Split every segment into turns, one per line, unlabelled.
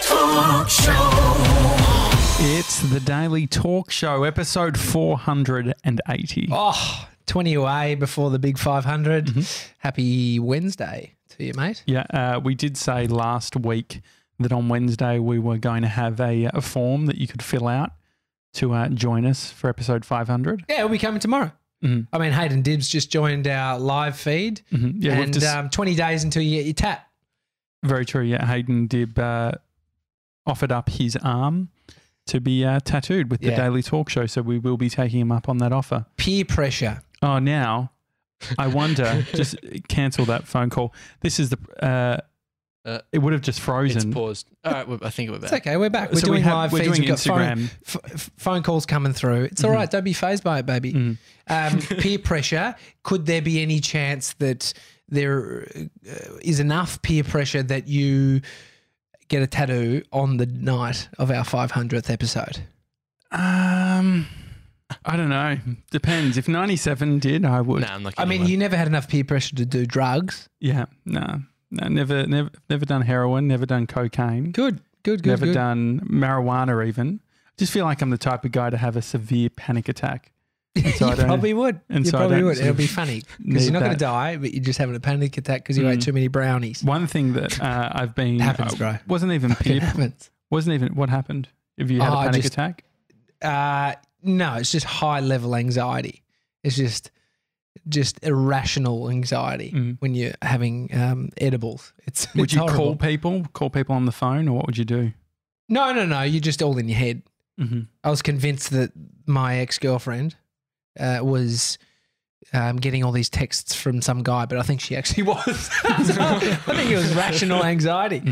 Talk Show.
It's the Daily Talk Show, episode 480.
Oh, 20 away before the big 500.
Mm-hmm.
Happy Wednesday to you, mate.
Yeah, uh, we did say last week that on Wednesday we were going to have a, a form that you could fill out to uh, join us for episode 500.
Yeah, we'll be coming tomorrow.
Mhm.
I mean, Hayden Dibbs just joined our live feed.
Mhm. Yeah, we've
and
just,
um, 20 days until you get your tap.
very true. Yeah, Hayden Dibb uh, offered up his arm to be uh, tattooed with the
Yeah.
Daily Talk Show, so we will be taking him up on that offer.
Peer pressure.
Oh, now I wonder. just cancel that phone call. This is the. Uh,
Uh,
it would have just
It's
frozen.
paused. All right, well, I think we're
It's
back.
okay. We're back. We're
So we
doing
have-
live
we're
feeds.
doing
We've got phone,
Instagram. Mm-hmm.
f- f- phone calls coming through. It's all right. Don't be phased by it, baby.
Mm.
Um, peer pressure. Could there be any chance that there uh, is enough peer pressure that you get a tattoo on the night of our 500th episode?
Um, I don't know. Depends. If ninety-seven did, I would.
No, I'm not.
I mean, you never had enough peer pressure to do drugs.
Yeah. No. No. Never. Never. Never done heroin. Never done cocaine.
Good, good, good.
never
good.
done marijuana. Even. I just feel like I'm the type of guy to have a severe panic attack. And so
you
I don't.
probably would.
and
you
so I
probably
don't
would.
sort
It'll
of
be funny because
need
you're not going to
that. Mm.
die, but you're just having a panic attack because you ate too many brownies.
One thing that uh, I've been
Happens,
uh,
bro.
wasn't even
It
peer,
happens.
wasn't even what happened. If you had
Oh,
a
I
panic
just-
attack.
Uh, no, it's just high level anxiety. It's just just irrational anxiety
Mm.
when you're having um, edibles. It's
Would
it's
you
horrible.
call people? Call people on the phone, or what would you do?
No, no, no. You're just all in your head.
Mm-hmm.
I was convinced that my ex girlfriend uh, was um, getting all these texts from some guy, but I think she actually was. So, I think it was rational anxiety.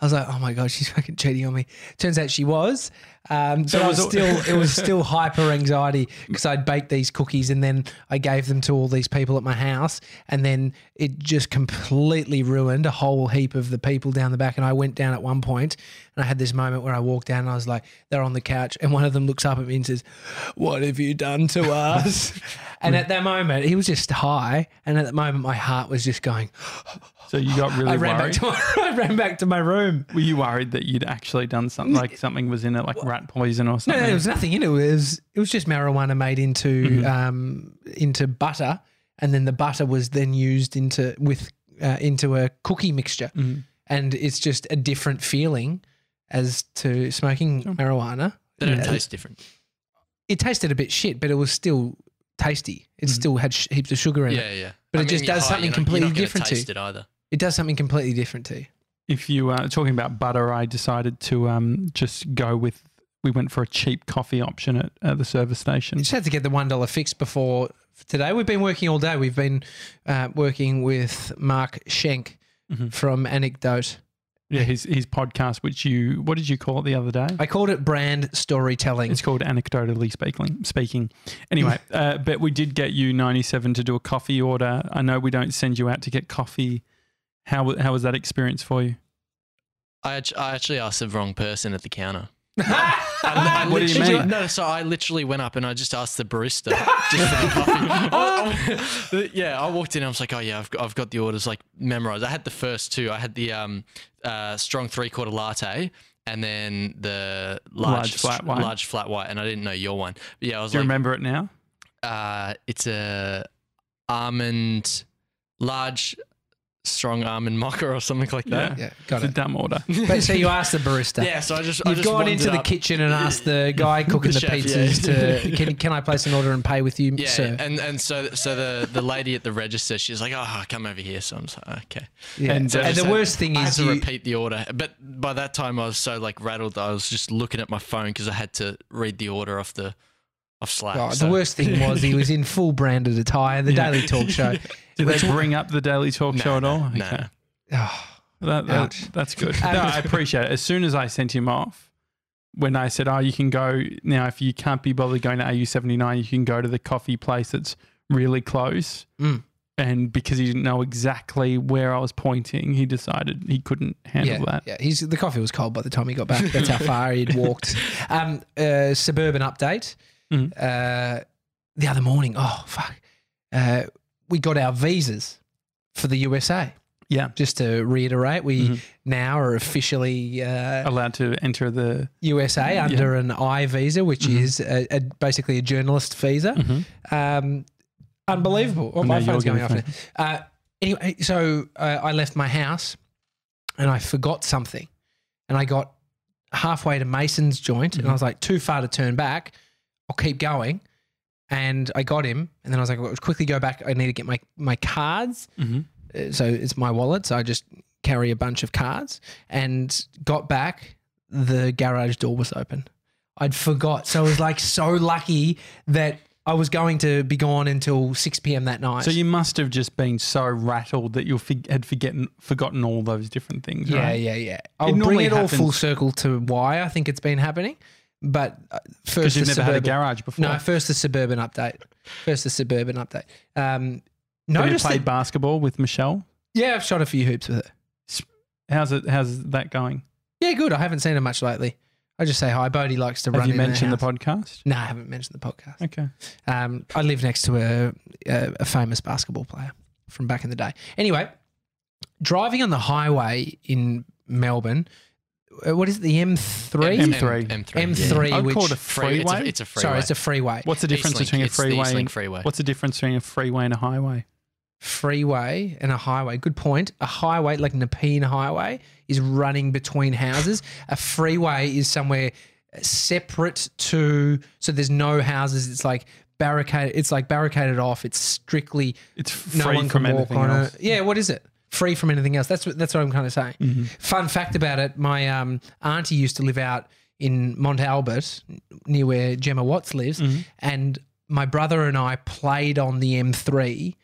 I was like, oh my god, she's fucking cheating on me. Turns out she was. Um, so
it
I
was
was
all-
still, it was still hyper anxiety because I'd baked these cookies and then I gave them to all these people at my house, and then it just completely ruined a whole heap of the people down the back. And I went down at one point, and I had this moment where I walked down and I was like, they're on the couch, and one of them looks up at me and says, "What have you done to us?" and at that moment, he was just high, and at that moment, my heart was just going.
So you got really
I ran back
worried.
to my, I ran back to my room.
Were you worried that you'd actually done something like something was in it, like rat poison or
No,
something?
no, there was nothing in it. It was it was just marijuana made into
Mm-hmm.
um, into butter, and then the butter was then used into with uh, into a cookie mixture,
Mm.
Mm-hmm.
and it's just a different feeling as to smoking marijuana.
They don't
Yeah.
taste different.
It tasted a bit shit, but it was still tasty. It still had sh- heaps of sugar in it.
Mm-hmm. Yeah, yeah.
But
I
it just
mean, you're
does
high,
something
you're not-
completely
you're not gonna
different to
taste
you.
it either.
It does something completely different to you.
If you uh, talking about butter, I decided to um, just go with. We went for a cheap coffee option at, at the service station.
You just had to get the one dollar fix before today. We've been working all day. We've been uh, working with Mark Schenk
Mm-hmm.
Mhm.
from Anecdote.
Yeah, his his podcast, which you what did you call it the other day?
I called it brand storytelling.
It's called anecdotally speaking. Speaking, anyway. uh, but we did get you ninety seven to do a coffee order. I know we don't send you out to get coffee. How wa- how was that experience for you?
I, act- I actually asked the wrong person at the counter.
li- what do you
literally-
mean?
No, so I literally went up and I just asked the barista just for the coffee. I- I- yeah, I walked in. I was like, oh yeah, I've got, I've got the orders like memorized. I had the first two. I had the um, uh, strong three quarter latte. And then the large,
Large flat white.
large flat white, and I didn't know your one. But yeah, I was
Do you
like,
remember it now?
uh, it's a almond, large, strong almond mocha or something like that.
yeah, got
It's a
it.
dumb order.
But so you asked the barista.
Yeah, so I just I
You've
just
gone
wandered
into the
up-
kitchen and asked the guy cooking the,
chef, yeah.
pizzas to can, can I place an order and pay with you,
Yeah,
sir?
and and so so the the lady at the register, she's like, oh, come over here. So I'm just like, okay.
Yeah.
and,
And,
uh,
the
So
worst thing
I had
is
to
you,
repeat the order, but by that time I was so like rattled, that I was just looking at my phone because I had to read the order off the off Slack.
Oh,
so-
the worst thing was he was in full branded attire, the
Yeah.
Daily Talk Show.
Did they bring up the Daily Talk Show at all?
no,
Okay.
no.
Oh,
That,
Ouch.
that, that's good. No, I appreciate it. As soon as I sent him off, when I said, "Oh, you can go now if you can't be bothered going to AU seventy nine, you can go to the coffee place that's really close."
Mm.
And because he didn't know exactly where I was pointing, he decided he couldn't handle
yeah,
that.
yeah. He's the coffee was cold by the time he got back. That's how far he'd walked. Um, uh, suburban update.
Mhm.
Uh, the other morning, oh fuck, uh, we got our visas for the USA.
Yeah.
Just to reiterate, we
Mm-hmm.
now are officially uh,
Allowed to enter the
USA
Oh,
under an I visa, which
Mm-hmm.
is a, a, basically a journalist visa. Um, unbelievable. Oh, my
now
phone's
you're
going off.
gonna
now. Uh, anyway, so uh, I left my house and I forgot something. And I got halfway to Mason's joint
Mm-hmm.
and I was like, too far to turn back. I'll keep going. And I got him. And then I was like, well, quickly go back. I need to get my, my cards.
Mhm.
Uh, So it's my wallet. So I just carry a bunch of cards and got back. The garage door was open. I'd forgot. So I was like so lucky that I was going to be gone until 6 p.m. that night.
So you must have just been so rattled that you fig- had forgotten forgotten all those different things,
Yeah,
right?
yeah, yeah. I'll bring
normally
it all full
happens-
circle to why I think it's been happening. But uh, first,
Because you've
the
never
suburban,
had a garage before.
No, first the suburban update. First the suburban update. Um,
Have you
notice
played
that,
basketball with Michelle?
yeah, I've shot a few hoops with her.
How's it? How's that going?
Yeah, good. I haven't seen her much lately. I just say hi. Bodie likes to
Have
run.
you
in her
mentioned the
house.
podcast?
No, I haven't mentioned the podcast.
Okay.
Um, I live next to a, a, a famous basketball player from back in the day. Anyway, driving on the highway in Melbourne, uh, what is it, the M3?
M3.
M3.
M3,
I'd
which
call it a
Free,
freeway.
it's, a, it's a freeway.
sorry, it's a freeway.
What's the difference
Eastlink,
between a
it's the
freeway?
Eastlink
And,
freeway.
What's the difference between a freeway and a highway?
Freeway and a highway. Good point. A highway like Nepean Highway is running between houses. A freeway is somewhere separate to so there's no houses. It's like barricaded. It's like barricaded off. It's strictly
It's
no
free
one
from
can walk
anything
on
else.
it. Yeah, what is it? Free from anything else. That's what that's what I'm kind of saying.
Mm-hmm.
Fun fact about it: my um, auntie used to live out in Mont Albert, n- near where Gemma Watts lives,
Mm-hmm.
and my brother and I played on the M3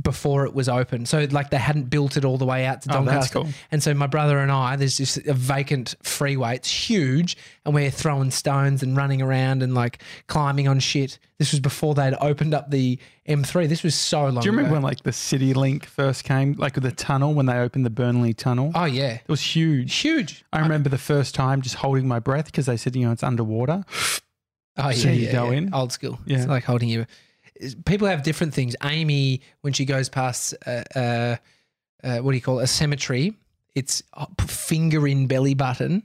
before it was open. So like they hadn't built it all the way out to
Oh,
Doncaster.
that's cool.
And so my brother and I, there's just a vacant freeway. It's huge, and we're throwing stones and running around and like climbing on shit. This was before they'd opened up the M3. This was so long.
Do you remember
ago.
when like the City Link first came, like with the tunnel when they opened the Burnley tunnel?
Oh yeah,
It was huge.
huge.
I remember the first time just holding my breath because they said, you know, it's underwater.
Oh yeah,
So you
yeah,
go
yeah.
in?
old school.
Yeah.
It's like holding you. is- People have different things. Amy, when she goes past, uh, uh, uh, what do you call it? a cemetery? It's up- finger in belly button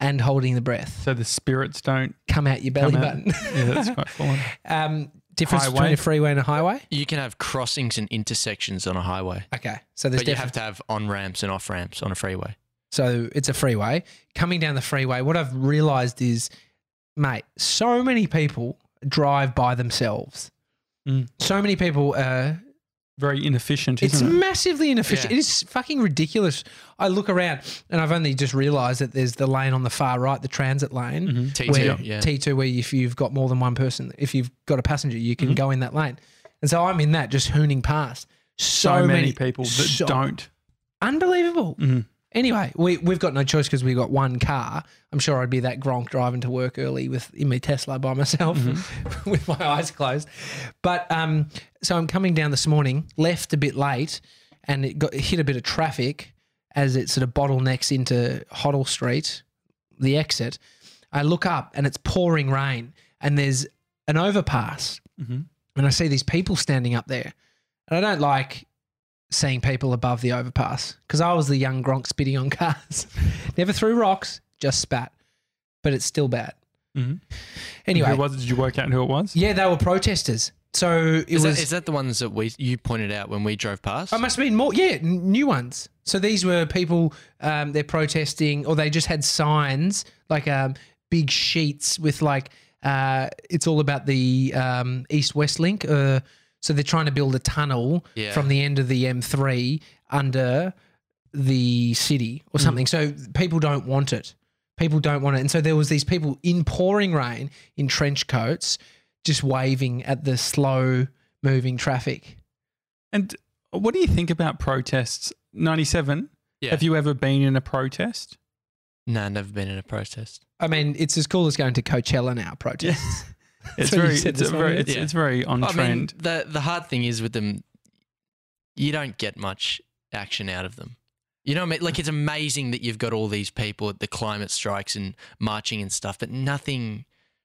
and holding the breath.
So the spirits don't.
Come out your belly
Come out.
button.
Yeah, that's quite fun.
um, difference
Highway.
between a freeway and a highway.
You can have crossings and intersections on a highway,
Okay, so there's
but you
different.
have to have on ramps and off ramps on a freeway.
So it's a freeway. Coming down the freeway, what I've realized is, mate, so many people drive by themselves.
Mm.
So many people. Uh,
Very inefficient,
it's
isn't it?
massively inefficient.
Yeah.
It is fucking ridiculous. I look around and I've only just realized that there's the lane on the far right, the transit lane.
Mhm.
T2,
Where
Mm-hmm. yeah.
T2, where if you've got more than one person, if you've got a passenger, you can
Mhm.
go in that lane. And so I'm in that, just hooning past.
So,
So,
many, people that
so-
don't.
Unbelievable.
Mhm.
Anyway, we, we've got no choice because we've got one car. I'm sure I'd be that Gronk driving to work early with in my Tesla by myself with my eyes closed. But um, so I'm coming down this morning, left a bit late, and it got it hit a bit of traffic as it sort of bottlenecks into Hoddle Street, the exit. I look up and it's pouring rain, and there's an overpass,
Mhm.
and I see these people standing up there, and I don't like seeing people above the overpass because I was the young Gronk spitting on cars. Never threw rocks, just spat, but it's still bad.
Mhm.
Anyway,
Who was it? Did you work out who it was?
yeah, they were protesters. So it
Is,
was.
that, is that the ones that we you pointed out when we drove past?
I must have been more. Yeah, n- new ones. So these were people. Um, they're protesting, or they just had signs like um, big sheets with like uh, it's all about the um, East West Link. Uh, so they're trying to build a tunnel
Yeah.
from the end of the M3 under the city or something. So people don't want it. People don't want it. And so there was these people in pouring rain in trench coats, just waving at the slow moving traffic.
And what do you think about protests? 97.
Yeah.
Have you ever been in a protest?
no, never been in a protest.
I mean, it's as cool as going to Coachella now. Protest.
It's
what you
very,
said
it's,
this
a very,
morning.
it's,
Yeah.
it's very on
I
trend.
mean, the the hard thing is with them, you don't get much action out of them. You know what I mean? Like it's amazing that you've got all these people at the climate strikes and marching and stuff, but nothing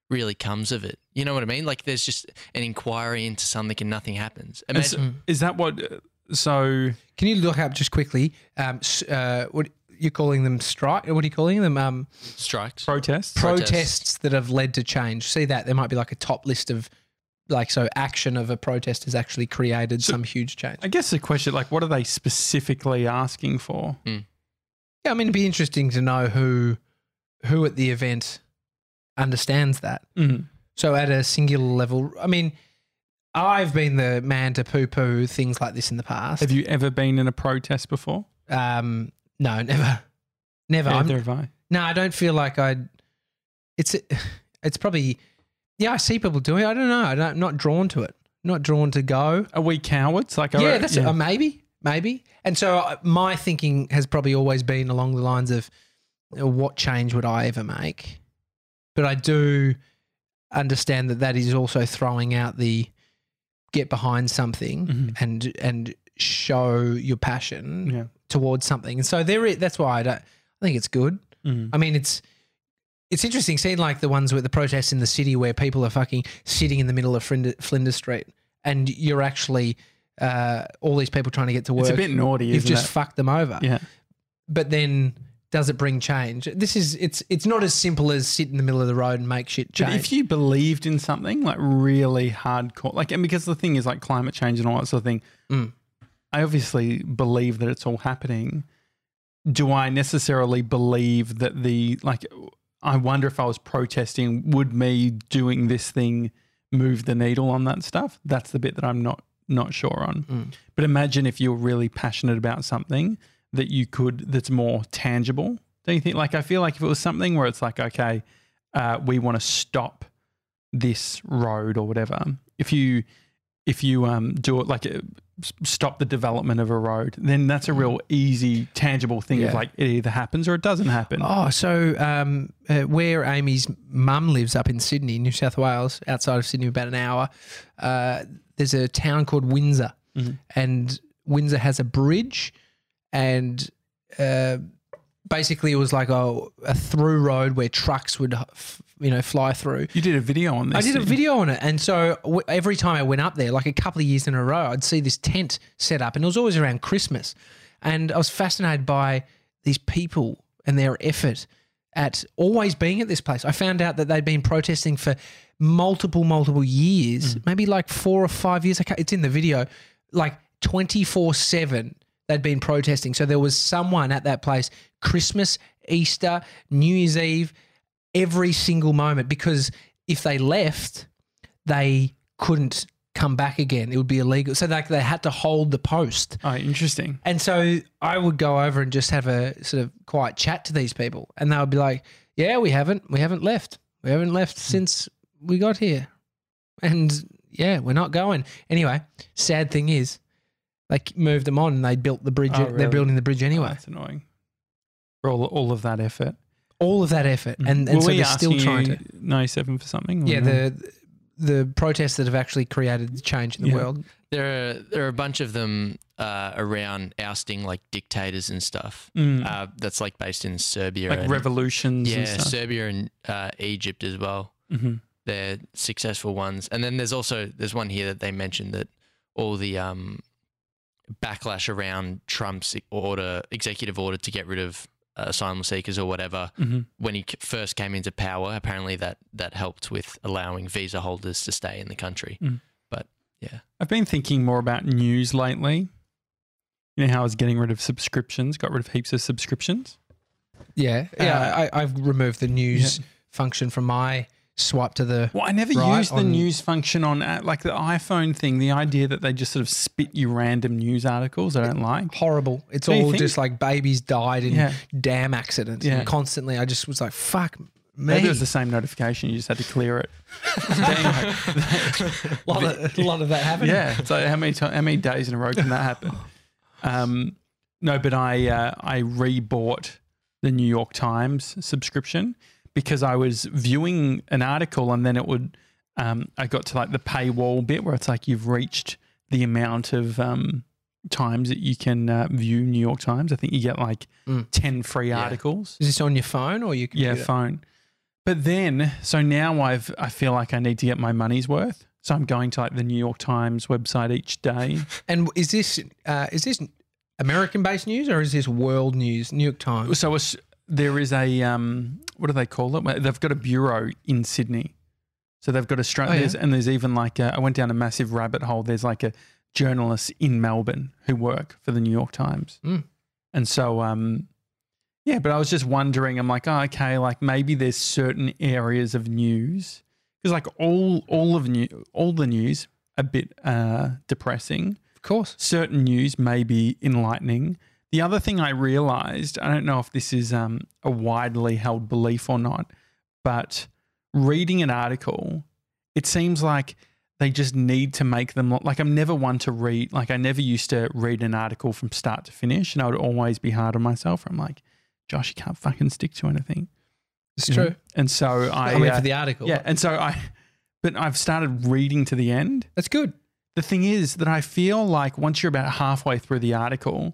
really comes of it. You know what I mean? Like there's just an inquiry into something and nothing happens.
Is,
Imagine,
is that what uh, So
Mm. Can you look up just quickly? Um, s- uh, what you're calling them strike? What are you calling them? Um,
Strikes.
protests.
protests.
Protests.
that have led to change. See that there might be like a top list of, like, so action of a protest has actually created some huge change.
I guess the question, like, what are they specifically asking for?
Yeah, I mean, it'd be interesting to know who, who at the event, understands that.
Mm.
So at a singular level, I mean, I've been the man to poo-poo things like this in the past.
Have you ever been in a protest before?
Um, no, never, never. I'm-
Neither have I.
no, I don't feel like I. It's it's probably yeah. I see people doing. it. I don't know. I don't, I'm not drawn to it. Not drawn to go.
Are we cowards? Like,
yeah,
are,
that's Uh, maybe, maybe. And so uh, my thinking has probably always been along the lines of, uh, what change would I ever make? But I do understand that that is also throwing out the get behind something
Mhm.
and and show your passion
Yeah.
towards something. And so there, is, that's why I don't. I think it's good.
Mm.
I mean, it's it's interesting seeing like the ones with the protests in the city where people are fucking sitting in the middle of Flinders, Flinders Street, and you're actually uh, all these people trying to get to work.
It's a bit naughty,
You've
isn't
just
it?
fucked them over.
yeah.
But then, does it bring change? This is it's it's not as simple as sit in the middle of the road and make shit
But
change.
if you believed in something like really hardcore, like, and because the thing is like climate change and all that sort of thing,
Mm.
I obviously believe that it's all happening. Do I necessarily believe that the, like, I wonder if I was protesting, would me doing this thing move the needle on that stuff? That's the bit that I'm not not sure on.
Mm.
But imagine if you're really passionate about something that you could that's more tangible. Don't you think? Like I feel like if it was something where it's like, okay, uh, we want to stop this road or whatever. If you if you um, do it like uh, s- stop the development of a road, then that's a real easy, tangible thing
Yeah.
of like it either happens or it doesn't happen.
Oh, so um, uh, where Amy's mum lives up in Sydney, New South Wales, outside of Sydney, about an hour, uh, there's a town called Windsor. And Windsor has a bridge. And uh, basically, it was like a, a through road where trucks would, f- you know, fly through.
You did a video on this.
I did a
didn't you?
video on it. And so w- every time I went up there, like a couple of years in a row, I'd see this tent set up, and it was always around Christmas. And I was fascinated by these people and their effort at always being at this place. I found out that they'd been protesting for multiple, multiple years, maybe like four or five years. I can't, it's in the video, like 24 7. They'd been protesting. So there was someone at that place Christmas, Easter, New Year's Eve, every single moment because if they left, they couldn't come back again. It would be illegal. So like they had to hold the post.
Oh, interesting.
And so I would go over and just have a sort of quiet chat to these people, and they would be like, "Yeah, we haven't, we haven't left, we haven't
Hmm.
left since we got here, and yeah, we're not going." Anyway, sad thing is, they moved them on, and they built the bridge.
Oh,
They're
really?
building the bridge anyway.
That's annoying. For all, all of that effort.
All of that effort, and, and
Were Hmm.
so
we
they're still
asking
trying
you
to.
97 for something? or
Yeah,
no?
the the protests that have actually created the change in the
Yeah.
world.
There are there are a bunch of them uh, around ousting like dictators and stuff.
Mm.
Uh, that's like based in Serbia.
like
and,
revolutions
Yeah,
and stuff.
Serbia and uh, Egypt as well.
Mhm.
They're successful ones. And then there's also there's one here that they mentioned that all the um, backlash around Trump's order, executive order to get rid of uh, asylum seekers or whatever,
Mhm.
when he c- first came into power, apparently that that helped with allowing visa holders to stay in the country.
Mm.
But yeah,
I've been thinking more about news lately. You know how I was getting rid of subscriptions, got rid of heaps of subscriptions.
Yeah,
uh,
yeah. I, I've removed the news function from my swipe to the.
Well, I never
Right,
used the
on-
news function on uh, like the iPhone thing. The idea that they just sort of spit you random news articles I don't like.
Horrible. It's
Do you
all
think-
just like babies died in
Yeah.
dam accidents.
Yeah.
Constantly, I just was like, "Fuck me."
Maybe it was the same notification. You just had to clear it. But anyway,
a, lot of, a lot of that happened.
yeah. So how many ti how many days in a row can that happen? Um, no, but I uh, I rebought the New York Times subscription because I was viewing an article and then it would um, I got to like the paywall bit where it's like you've reached the amount of um, times that you can uh, view New York Times. I think you get like
Mm.
ten free
Yeah.
articles.
Is this on your phone or your
Yeah,
computer?
phone. But then, so now I've I feel like I need to get my money's worth. So I'm going to like the New York Times website each day.
And is this uh, is this American based news or is this world news? New York Times.
So it's, there is a um, what do they call it? Well, They've got a bureau in Sydney. So they've got a stra-
Oh, yeah.
there's, and there's even like a, I went down a massive rabbit hole. There's like a journalist in Melbourne who work for the New York Times,
Mm.
and so um, yeah. But I was just wondering. I'm like, oh, okay, like maybe there's certain areas of news because like all all of new all the news a bit uh, depressing
Of course.
certain news may be enlightening. The other thing I realized, I don't know if this is um, a widely held belief or not, but reading an article, it seems like they just need to make them like I'm never one to read, like I never used to read an article from start to finish. And I would always be hard on myself. I'm like, Josh, you can't fucking stick to anything.
It's
you know?
true.
And so I,
I mean,
uh,
for the article.
yeah. And so I, but I've started reading to the end
That's good.
the thing is that I feel like once you're about halfway through the article,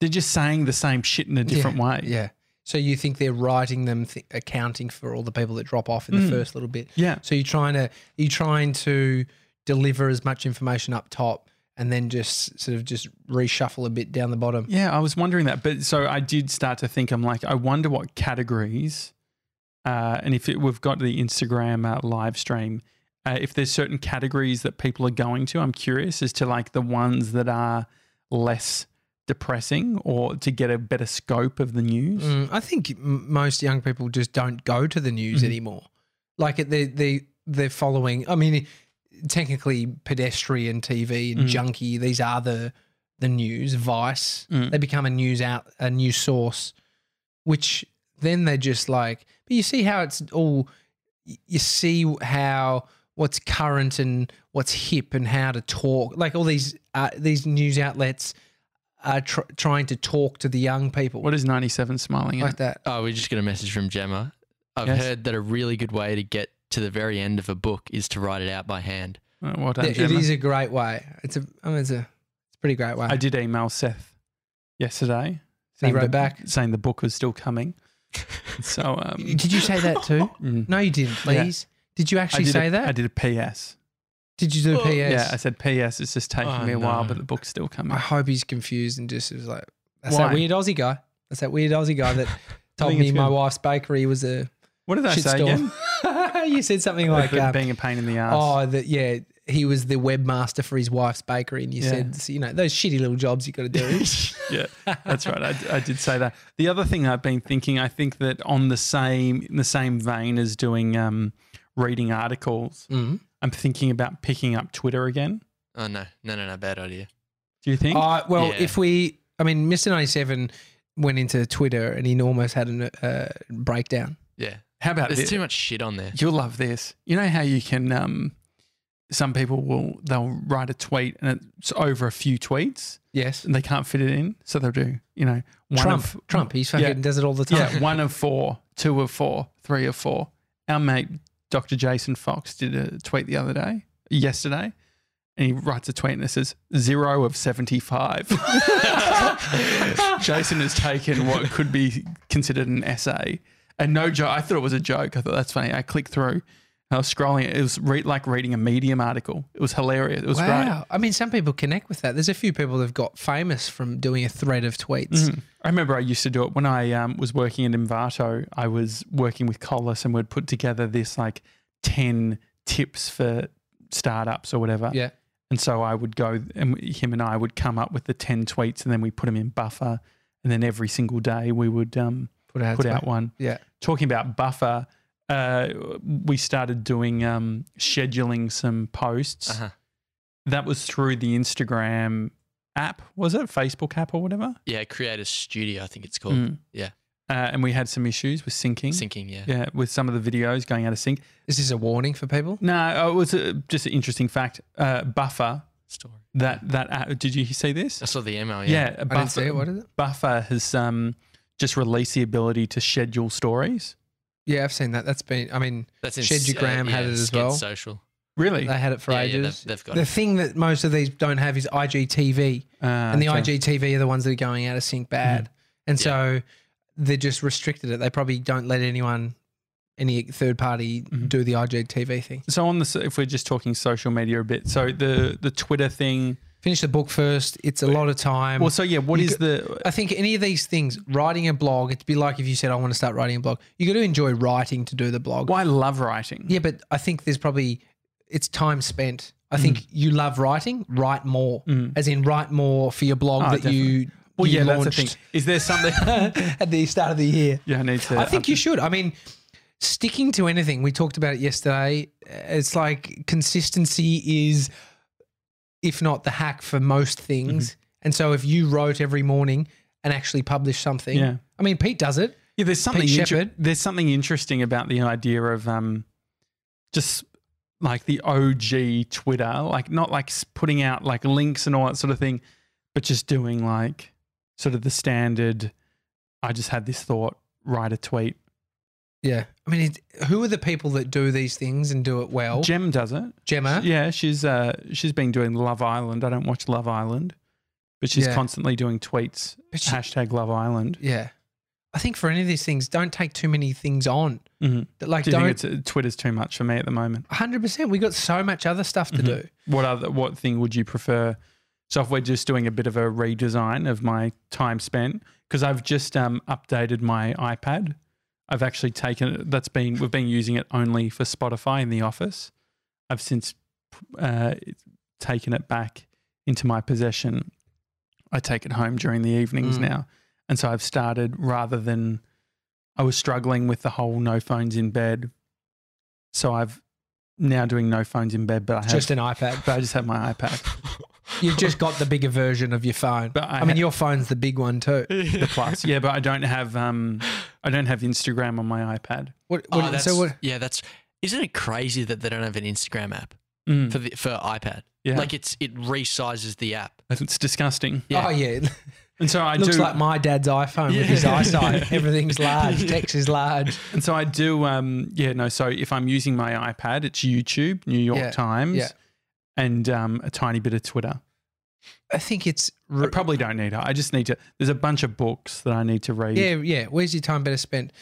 they're just saying the same shit in a different
Yeah,
way.
Yeah. So you think they're writing them, th- accounting for all the people that drop off in the
Mm.
first little bit.
Yeah.
So you're trying to you're trying to deliver as much information up top, and then just sort of just reshuffle a bit down the bottom.
Yeah, I was wondering that. But so I did start to think, I'm like, I wonder what categories, uh, and if it, we've got the Instagram uh, live stream, uh, if there's certain categories that people are going to, I'm curious as to like the ones that are less depressing or to get a better scope of the news.
Mm, I think m- most young people just don't go to the
Mm-hmm.
news anymore. Like it- they they they're following. I mean, technically, pedestrian TV
Mm.
and junkie. These are the the news. Vice.
Mm.
They become a news out a news source, which then they're just like. But you see how it's all. y- You see how what's current and what's hip and how to talk. Like all these uh, these news outlets are tr- trying to talk to the young people
What is 97 smiling
like
at?
that.
Oh, we just got a message from Gemma. I've
Yes.
heard that a really good way to get to the very end of a book is to write it out by hand.
Uh, Well done,
Th-
Gemma.
It is a great way. It's a, I mean, it's a, it's a pretty great way.
I did email Seth yesterday.
And he
saying
wrote
the-
back.
saying the book was still coming. So um,
Did you say that too?
mm.
No, you didn't.
Yeah.
Please. Did you
I
actually
did
say
a-
that?
I did a PS.
Did you do a PS?
Yeah, I said PS. It's just taking
Oh,
me a while,
no.
but the book's still coming.
I hope he's confused and just was like, that's
Why?
that weird Aussie guy. That's that weird Aussie guy that told
think
me
it's
my
good.
wife's bakery was a
What did I say
shitstorm.
again?
you said something like,
Being-
um,
being a pain in the ass.
oh, that yeah, he was the webmaster for his wife's bakery, and you
Yeah.
said, so, you know, those shitty little jobs you got to do.
yeah, that's right. I, d- I did say that. The other thing I've been thinking, I think that on the same in the same vein as doing um, reading articles,
mm.
I'm thinking about picking up Twitter again.
Oh no, no, no, no, bad idea.
Do you think?
Uh, well,
Yeah.
if we, I mean, Mr. 97 went into Twitter and he almost had a uh, breakdown.
Yeah,
How about
there's
this?
too much shit on there.
You'll love this. You know how you can. Um, some people will they'll write a tweet and it's over a few tweets
Yes.
and they can't fit it in, so they'll do you know one
Trump,
of
Trump, he's fucking
Yeah.
does it all the time.
yeah one of four, two of four, three of four. Our mate Dr. Jason Fox did a tweet the other day, yesterday, and he writes a tweet and it says zero of seventy five. Jason has taken what could be considered an essay. And no joke, I thought it was a joke. I thought that's funny. I clicked through. I was scrolling. It was re- like reading a Medium article. It was hilarious. It was great.
Wow. I mean, some people connect with that. There's a few people that have got famous from doing a thread of tweets.
Mm. I remember I used to do it when I um, was working at Invato. I was working with Collis and we'd put together this like 10 tips for startups or whatever.
Yeah.
And so I would go and him and I would come up with the 10 tweets and then we put them in buffer. And then every single day we would um,
Put out,
put
a
out
tweet.
one.
Yeah.
Talking about buffer, uh, we started doing um, scheduling some posts.
Uh-huh.
That was through the Instagram app, was it? Facebook app or whatever?
Yeah, Creator Studio, I think it's called.
Mm.
Yeah.
Uh, and we had some issues with syncing.
Syncing, yeah.
Yeah, with some of the videos going out of sync.
Is this a warning for people?
No, uh, it was uh just an interesting fact. Uh, buffer
Story.
that that app, did you see this?
I saw the email. Yeah.
Yeah,
I didn't see it. What is it?
Buffer has um, just released the ability to schedule stories.
Yeah, I've seen that. That's been, I mean,
that's
Shedugram had it as
Sked
well.
Social.
Really?
they had it for
Yeah, yeah,
ages.
they've, they've got
the
it.
thing that most of these don't have is IGTV.
Uh,
and the IGTV are the ones that are going out of
Mm-hmm.
sync bad. And
Yeah.
so they just restricted it. They probably don't let anyone any third party
Mm-hmm.
do the IGTV thing.
So on the s- if we're just talking social media a bit, so the the Twitter thing.
Finish the book first. It's a lot of time.
Well, so yeah, what
Um, You
is
go-
the
I think any of these things, writing a blog, it'd be like if you said, I want to start writing a blog. You got to enjoy writing to do the blog.
why I love writing?
Yeah, but I think there's probably it's time spent. I think
Mm-hmm.
you love writing, write more, as in write more for your blog
Oh,
that you
Mm-hmm. Mm. Well,
you
yeah,
launched
that's the thing. Is there something?
at the start of the year.
yeah, I need to.
I think you should. I mean, sticking to anything. We talked about it yesterday. It's like consistency is, if not the hack for most
Mm-hmm.
things. And so, if you wrote every morning and actually published something,
Yeah.
I mean, Pete does it.
Yeah, there's something inter-
Shepherd.
there's something interesting about the idea of um, just like the OG Twitter, like not like s- putting out like links and all that sort of thing, but just doing like sort of the standard. I just had this thought, write a tweet.
Yeah. I mean, it, who are the people that do these things and do it well?
Jem does it.
Gemma.
Yeah, she's uh, she's been doing Love Island. I don't watch Love Island, but she's
Yeah.
constantly doing tweets
But she-
hashtag Love Island.
Yeah. I think for any of these things, don't take too many things on.
Mhm.
That, Like,
Do you
don't.
think it's, uh, Twitter's too much for me at the moment?
100%. We got so much other stuff to do.
What other what thing would you prefer? So if we're just doing a bit of a redesign of my time spent, because I've just um, updated my iPad. I've actually taken it. That's been we've been using it only for Spotify in the office. I've since uh, taken it back into my possession. I take it home during the evenings
Mm.
now, and so I've started rather than I was struggling with the whole no phones in bed. So I've now doing no phones in bed, but I have
Just an iPad.
but I just have my iPad,
You've just got the bigger version of your phone.
But I
I, mean,
ha-
your phone's the big one too.
the Plus. Yeah, but I don't have um, I don't have Instagram on my iPad.
What,
Oh,
what,
that's,
so what?
yeah, that's. Isn't it crazy that they don't have an Instagram app
Mm,
for the, for iPad?
Yeah.
Like it's it resizes the app.
it's disgusting.
Yeah.
Oh yeah,
And so I
looks
do.
like my dad's iPhone with his
Yeah.
eyesight. Everything's large. Text is large.
and so I do. Um, yeah, no. So if I'm using my iPad, it's YouTube, New York
Yeah,
Times,
yeah.
and um, a tiny bit of Twitter.
I think it's
I
re-
probably don't need it. I just need to. There's a bunch of books that I need to read.
yeah, yeah. Where's your time better spent?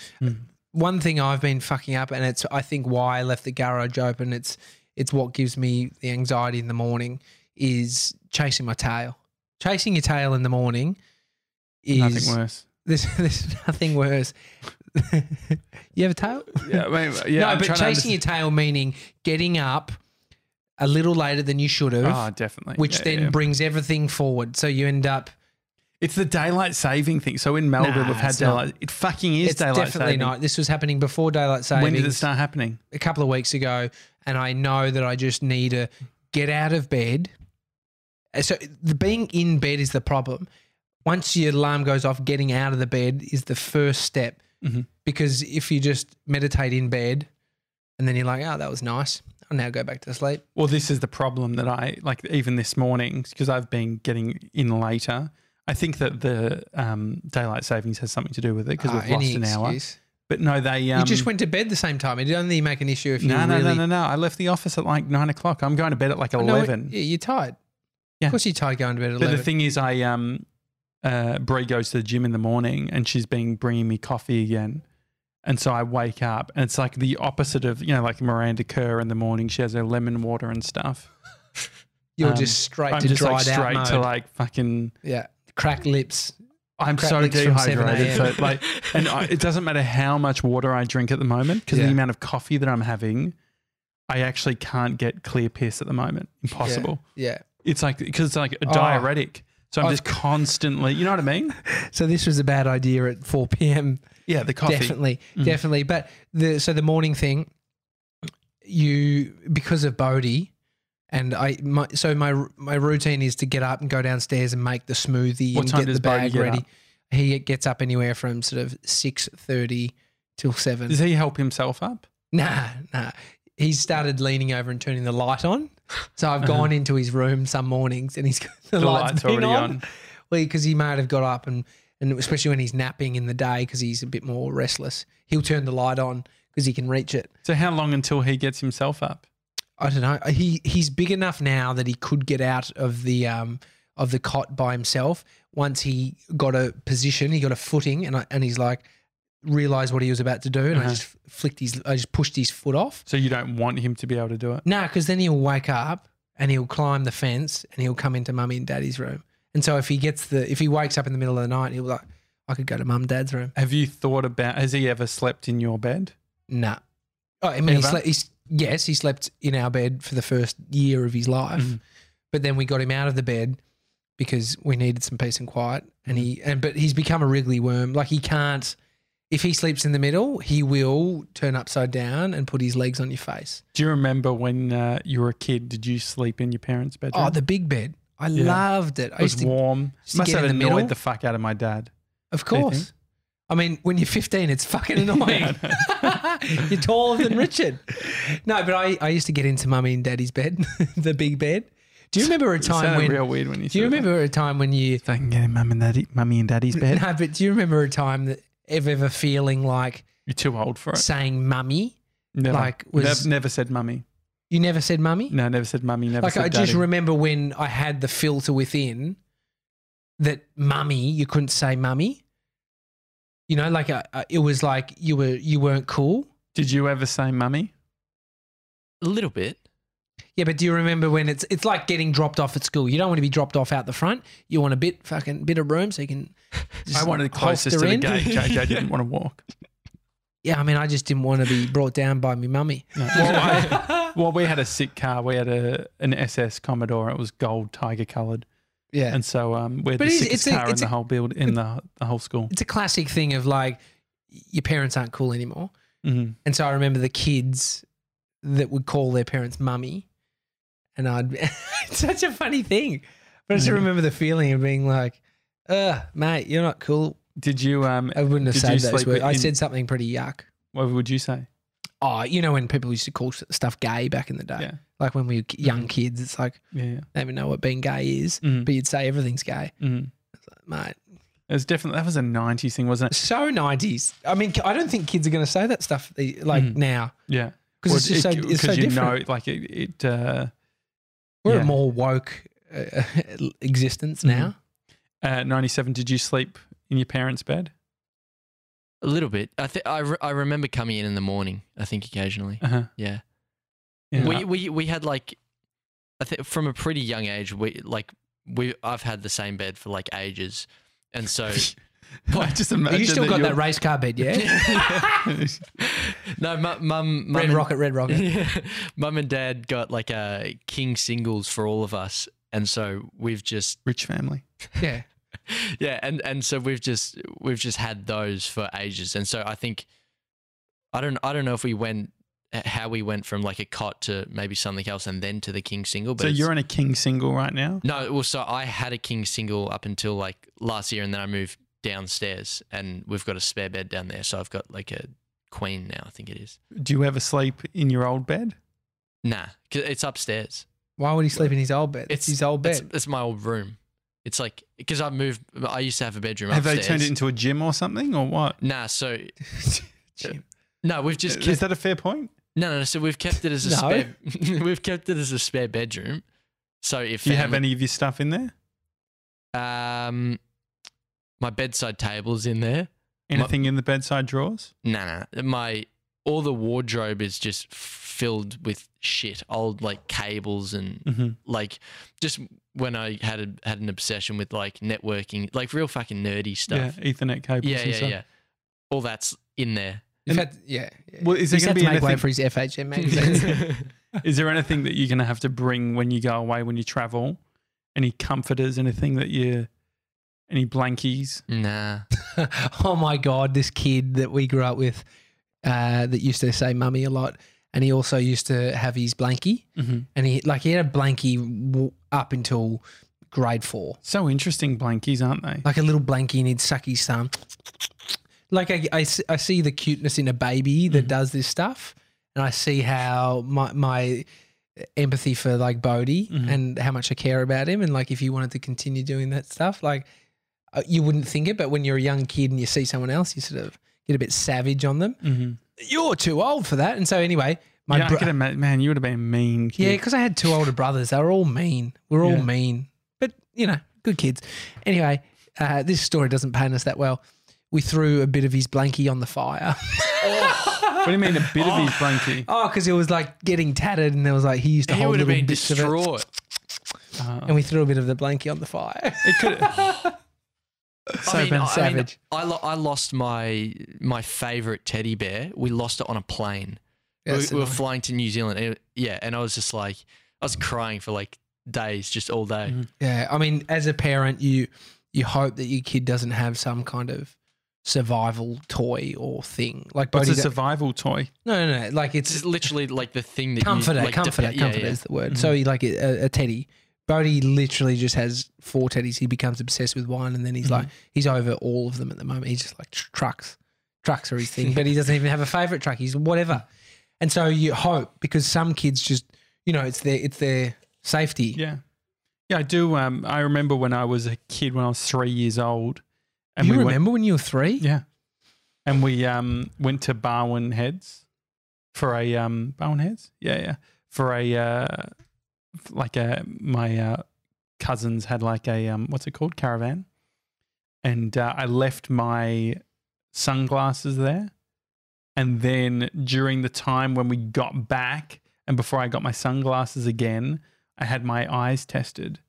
One thing I've been fucking up, and it's I think why I left the garage open. It's it's what gives me the anxiety in the morning is chasing my tail. Chasing your tail in the morning is
Nothing worse.
There's, there's nothing worse. you have a tail?
Yeah, I mean, yeah.
no,
I'm
but
trying to
chasing your tail meaning getting up a little later than you should have,
understand- Oh, definitely.
which
Yeah,
then
yeah.
brings everything forward. So you end up.
it's the daylight saving thing. So in Melbourne,
Nah,
we've had
it's not.
daylight. It fucking is
It's
daylight
definitely
saving.
not. This was happening before daylight savings.
When did it start happening?
A couple of weeks ago, and I know that I just need to get out of bed. Uh, So the being in bed is the problem. Once your alarm goes off, getting out of the bed is the first step.
Mhm.
Because if you just meditate in bed, and then you're like, "Oh, that was nice," I'll now go back to sleep.
Well, this is the problem that I like. Even this morning, because I've been getting in later. I think that the um, daylight savings has something to do with it because
Ah,
we've lost
any
an hour.
excuse.
But no, they. Um,
you just went to bed the same time. It only make an issue if you
No, no,
really.
no, no, no. I left the office at like nine o'clock. I'm going to bed at like
No,
eleven.
yeah, you're tired.
Yeah.
Of course, you're tired going to bed at
but
eleven.
the thing is, I um, uh, Brie goes to the gym in the morning, and she's been bringing me coffee again. And so I wake up, and it's like the opposite of you know, like Miranda Kerr in the morning. She has her lemon water and stuff.
You're
um,
just straight
I'm
to
just
dried
like
out
straight
mode.
to like fucking.
yeah, cracked lips.
I'm
Crap
so
leaks from 7
dehydrated.
a.m..
So like, and I, it doesn't matter how much water I drink at the moment because
Yeah.
the amount of coffee that I'm having, I actually can't get clear piss at the moment. Impossible.
Yeah.
It's like because it's like a
Oh.
diuretic. So I'm
Oh.
just constantly, you know what I mean?
So this was a bad idea at 4 p.m.
Yeah, the coffee.
Definitely, definitely. But the so the morning thing, you because of Bodhi, and I my so my my routine is to get up and go downstairs and make the smoothie
What
and
time
get
does
the
Bodhi
bag
get
ready.
up?
He gets up anywhere from sort of six thirty till seven.
Does he help himself up?
Nah, nah. He started leaning over and turning the light on. So I've gone into his room some mornings and he's got the,
Uh-huh. The
light's
light's
been
already
on.
on.
Well, because he might have got up and, and especially when he's napping in the day because he's a bit more restless, he'll turn the light on because he can reach it.
So how long until he gets himself up?
I don't know. He he's big enough now that he could get out of the um of the cot by himself. Once he got a position, he got a footing, and I, and he's like realize what he was about to do, and
Uh-huh.
I just flicked his, I just pushed his foot off.
So you don't want him to be able to do it.
No, because then he'll wake up and he'll climb the fence and he'll come into mummy and daddy's room. And so if he gets the, if he wakes up in the middle of the night, he'll be like, I could go to mum and dad's room.
Have you thought about? Has he ever slept in your bed?
Nah. Oh, I mean, he
Ever?
slept, he's, yes, he slept in our bed for the first year of his life,
Mhm.
but then we got him out of the bed because we needed some peace and quiet. And he,
Mm-hmm.
and but he's become a wriggly worm. Like he can't. If he sleeps in the middle, he will turn upside down and put his legs on your face.
Do you remember when uh, you were a kid? Did you sleep in your parents' bedroom?
Oh, the big bed. I
Yeah.
loved it. I
it was
used to,
warm.
used to
Must
get
have
in the
annoyed
middle.
the fuck out of my dad.
of
you think?
course. I mean, when you're 15, it's fucking annoying. you're taller than Richard. No, but I, I used to get into mummy and daddy's bed, the big bed. Do you remember a
It
time
sounded
when?
real weird when you.
Do you remember a time when you?
They can get in mum and daddy, mummy and daddy's bed.
No, but do you remember a time that ever, ever feeling like
You're too old for it.
saying mummy?
Never.
like, was-
never, never said mummy.
You never said mummy.
No, never said mummy. Never
like
said
I
daddy.
just remember when I had the filter within that mummy, you couldn't say mummy. You know, like uh, uh, it was like you were you weren't cool.
Did you ever say mummy?
A little bit.
Yeah, but do you remember when it's it's like getting dropped off at school? You don't want to be dropped off out the front. You want a bit fucking bit of room so you can.
I
just
wanted closest
holster
to the
in.
gate. JJ didn't want to walk.
Yeah, I mean, I just didn't want to be brought down by me mummy.
Well, I- well, we had a sick car. We had a an SS Commodore. It was gold, tiger coloured,
Yeah,
and so um, we're
But
the
it's-
sickest
it's a-
car in
it's
the
a-
whole build in the, the whole school.
it's a classic thing of like your parents aren't cool anymore,
Mhm.
and so I remember the kids that would call their parents mummy, and I'd it's such a funny thing, but I just
Yeah.
remember the feeling of being like, "Uh, mate, you're not cool."
Did you? Um,
I wouldn't have
Did you
said those
sleep
words. I
in-
said something pretty yuck.
what would you say?
Oh, you know when people used to call s- stuff gay back in the day,
Yeah. Mm-hmm.
like when we were k- young kids, it's like
Yeah, yeah.
they don't even know what being gay is,
Mm.
but you'd say everything's gay,
Mm.
mate.
It was definitely that was a '90s thing, wasn't it?
So nineties. I mean, I don't think kids are going to say that stuff the- like
Mm.
now
Yeah,
because
Or
it's just
it-
so it's so
'cause you
different.
know, like it. it uh, yeah.
We're
Mm-hmm.
a more woke uh, existence now.
uh, '97. Did you sleep in your parents' bed?
A little bit. I th- I, re- I remember coming in in the morning. I think occasionally.
Uh-huh.
Yeah.
Yeah.
We we we had like, I think from a pretty young age we like we I've had the same bed for like ages, and so
I just imagine
you still got that
you're-
race car bed, yeah?
no mu- mum mum
red
and-
rocket, red rocket.
mum and dad got like a king singles for all of us, and so we've just
rich family.
yeah.
yeah and and so we've just we've just had those for ages and so i think i don't i don't know if we went how we went from like a cot to maybe something else and then to the king single but
So
it's-
you're in a king single right now.
no well so i had a king single up until like last year and then i moved downstairs and we've got a spare bed down there so i've got like a queen now i think it is
Do you ever sleep in your old bed?
nah 'cause it's upstairs
Why would he sleep in his old bed?
It's-
It's his old
it's,
bed.
it's my old room it's like because i moved i used to have a bedroom
Have
upstairs.
they turned it into a gym or something or what?
nah so
Jim.
no we've just kept
Is that a fair point?
No, no. no, So we've kept it as a
No.
spare. we've kept it as a spare bedroom. So if
Do you have
family-
any of your stuff in there?
um, my bedside table's in there.
Anything in the bedside drawers?
No, no, no. My all the wardrobe is just filled with shit, old like cables and
Mm-hmm.
like just when I had a, had an obsession with like networking, like real fucking nerdy
Yeah,
stuff.
Ethernet cables.
Yeah,
and
yeah, yeah.
stuff.
All that's in there.
You've had- yeah. yeah.
Well, is there
He's
going to
had to
be
make way
anything?
for his FHM magazines.
yeah,
is there anything that you're going to have to bring when you go away when you travel? Any comforters? Anything that you? Any blankies?
nah.
oh my god, this kid that we grew up with uh, that used to say mummy a lot, and he also used to have his blankie,
Mm-hmm.
and he like he had a blankie w- up until grade four,
So interesting, blankies, aren't they?
like a little blankie, and he'd suck his thumb. Like I, I s- I see the cuteness in a baby
Mm-hmm.
that does this stuff, and I see how my my empathy for like Bodhi
Mhm.
and how much I care about him, and like if you wanted to continue doing that stuff, like uh, you wouldn't think it, but when you're a young kid and you see someone else, you sort of get a bit savage on them.
Mm-hmm.
You're too old for that, and so anyway, my
yeah,
bro-
I could imagine, man, you would have been a mean. Kid.
yeah, because I had two older brothers. They were all mean. We were all
Yeah.
mean, but you know, good kids. Anyway, uh, this story doesn't paint us that well. we threw a bit of his blankie on the fire.
Oh,
What do you mean a bit of his blankie?
oh, because it was like getting tattered, and there was like he used to
He
hold
would have
little
been
bits of it,
distraught.
and we threw a bit of the blankie on the fire.
Uh, It could.
So been savage.
I, lo- I lost my my favorite teddy bear. We lost it on a plane. We-
That's
we, were
annoying.
flying to New Zealand. and it- yeah, and I was just like, I was crying for like days, just all day.
Mm-hmm. Yeah, I mean, as a parent, you you hope that your kid doesn't have some kind of survival toy or thing like
It's
Bodhi.
a survival toy.
no, no, no. Like
It's
it's
just literally like the thing that
comforter,
you like,
comforter,
depend- yeah,
comforter
yeah.
is the word. So he like a, a teddy. Bodhi literally just has four teddies. He becomes obsessed with one, and then he's like he's over all of them at the moment. He's just like tr- trucks, trucks are his thing. but he doesn't even have a favorite truck. He's whatever. And so you hope because some kids just you know it's their it's their safety.
Yeah. Yeah, I do. Um, I remember when I was a kid, when I was three years old, and
you
we went,
remember when you were three?
yeah, and we um went to Barwon Heads for a um Barwon Heads, yeah, yeah, for a uh f- like a my uh, cousins had like a um what's it called caravan, and uh, I left my sunglasses there, and then during the time when we got back and before I got my sunglasses again, I had my eyes tested,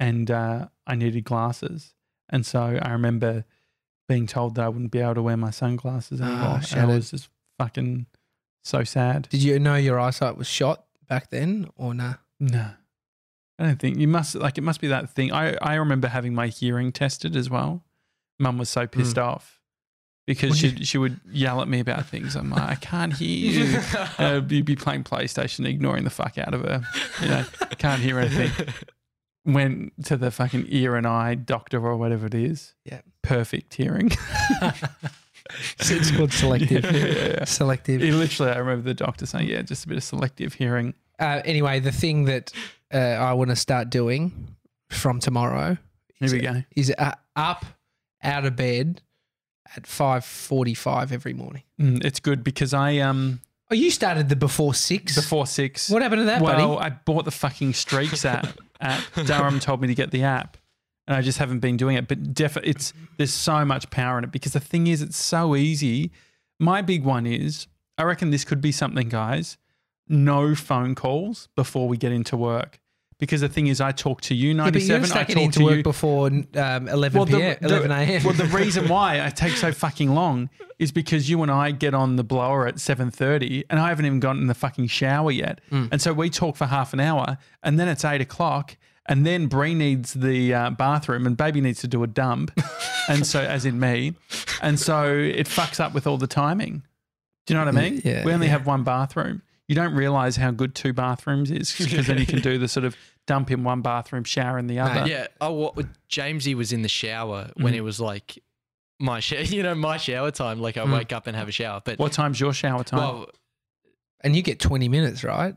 and uh, I needed glasses, and so I remember being told that I wouldn't be able to wear my sunglasses
Ah,
anymore, and I
shattered.
was just fucking so sad.
Did you know your eyesight was shot back then or nah?
No. I don't think you must like it must be that thing. I, I remember having my hearing tested as well. Mum was so pissed off because
Would
she
Hmm. you-
she would yell at me about things. I'm like, I can't hear you. Uh, you'd be playing PlayStation, ignoring the fuck out of her. You know, can't hear anything. Went to the fucking ear and eye doctor or whatever it is.
Yeah.
Perfect hearing.
It's called selective.
Yeah, yeah, yeah.
Selective.
It literally, I remember the doctor saying, "Yeah, just a bit of selective hearing."
Uh, anyway, the thing that uh, I want to start doing from tomorrow
Here
is,
we go.
is uh, up out of bed at 5.45 every morning.
Mm, it's good because I um
Oh, you started the before six?
before six.
What happened to that,
well,
buddy?
I bought the fucking Streaks app. app. Durham told me to get the app, and I just haven't been doing it. But def- it's there's so much power in it because the thing is, it's so easy. My big one is I reckon this could be something, guys. No phone calls before we get into work because the thing is, I talk to you
Yeah, but
ninety
you're
seven. I
stuck
talk
into
to
work
you.
before um, 11 p.m. 11 a.m.
Well, the reason why I take so fucking long is because you and I get on the blower at seven thirty, and I haven't even gotten in the fucking shower yet.
Hmm.
And so we talk for half an hour, and then it's eight o'clock, and then Bree needs the uh, bathroom, and Baby needs to do a dump, and so as in me, and so it fucks up with all the timing. Do you know what I mean?
Yeah,
we only have one bathroom. You don't realize how good two bathrooms is because then you can do the sort of dump in one bathroom, shower in the other.
yeah. Oh, what, Jamesy was in the shower
Mm.
when it was like my shower, you know, my shower time. Like I wake up and have a shower, but
Mm. What time's your shower time?
well,
and you get 20 minutes, right?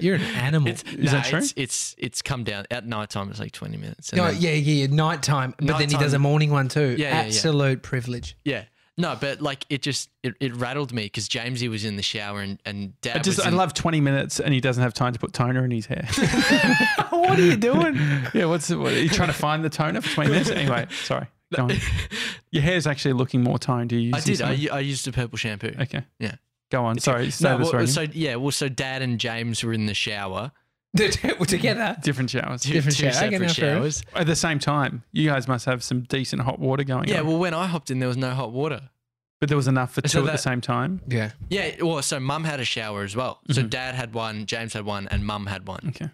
You're an animal.
It's, nah,
that true? Oh,
It's, it's it's come down at night time. It's like twenty minutes. and
No,
then-
Oh, yeah, yeah, yeah, nighttime. But then he does
Nighttime.
a morning one too.
Yeah, yeah, yeah.
Absolute privilege.
yeah. No, but like it just it, it rattled me because Jamesy was in the shower and and Dad
I just
was
I
in-
love twenty minutes, and he doesn't have time to put toner in his hair.
what are you doing?
yeah, what's what, are you trying to find the toner for twenty minutes? Anyway, sorry. Go on. Your hair's actually looking more toned. Do you?
I
Use
did. I, u- I used a purple shampoo.
okay.
Yeah.
Go on. Sorry. Say
No,
the
well,
story.
so yeah, well, so Dad and James were in the shower,
We're together.
Different showers.
two,
Different
two
shower. Okay,
separate
now fair enough.
showers.
At the same time, you guys must have some decent hot water going.
Yeah,
on.
well, when I hopped in, there was no hot water.
but there was enough for two
So
at the
that-
same time.
Yeah.
Yeah, well, so Mum had a shower as well. So Dad had one, James had one, and Mum had one,
Okay.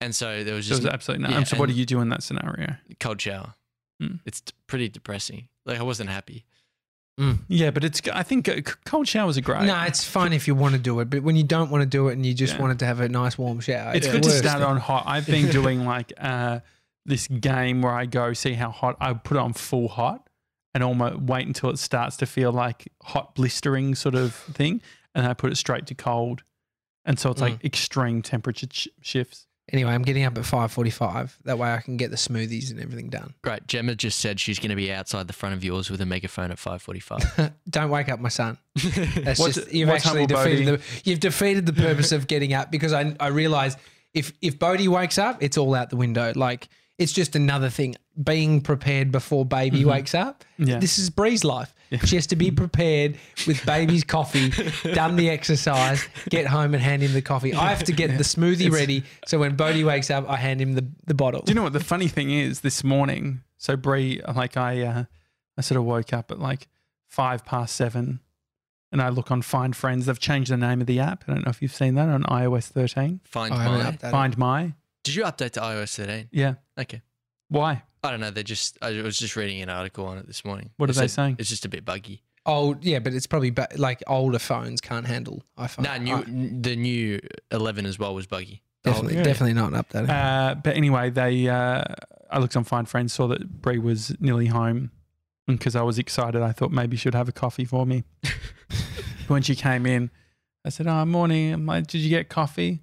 and so there was
There
just
was absolutely
yeah,
none. so what
and-
do you do in that scenario?
cold shower.
Mm.
It's d- pretty depressing. Like I wasn't happy.
Yeah, but it's. I think uh, c- cold showers are great.
No, it's fine if you want to do it, but when you don't want to do it and you just
Yeah.
wanted to have a nice warm shower,
It's
the
good to
worst.
start on hot. I've been doing like uh, this game where I go see how hot I put it on full hot and almost wait until it starts to feel like hot blistering sort of thing, and I put it straight to cold, and so it's like extreme temperature ch- shifts.
Anyway, I'm getting up at 5:45. That way, I can get the smoothies and everything done.
Great. Gemma just said she's going to be outside the front of yours with a megaphone at 5:45.
Don't wake up my son. That's
What-
just you've
what time
actually
will
defeated the you've defeated the purpose of getting up because I I realize if if Bodhi wakes up, it's all out the window. Like It's just another thing. Being prepared before baby wakes up.
Mm-hmm. Yeah.
This is Bree's life. She has to be prepared with baby's coffee, done the exercise, get home and hand him the coffee. I have to get the smoothie ready. So when Bodie wakes up, I hand him the, the bottle.
Do you know what the funny thing is? This morning, so Brie, like I, uh, I sort of woke up at like five past seven, and I look on Find Friends. They've changed the name of the app. I don't know if you've seen that on iOS 13.
Find
I haven't
mine.
updated.
Find My,
Did you update to iOS 13?
yeah.
Okay.
Why?
I don't know. They just. I was just reading an article on it this morning.
What are
It
they
said
saying?
It's just a bit buggy.
old, yeah, but it's probably ba- like older phones can't handle iPhone.
Nah, new,
I-
n- the new 11 as well was buggy.
definitely,
yeah.
definitely not updating.
Uh, but anyway, they, uh, I looked on Find Friends, saw that Brie was nearly home, and because I was excited, I thought maybe she'd have a coffee for me. when she came in, I said, "Oh, morning. I'm like, Did you get coffee?"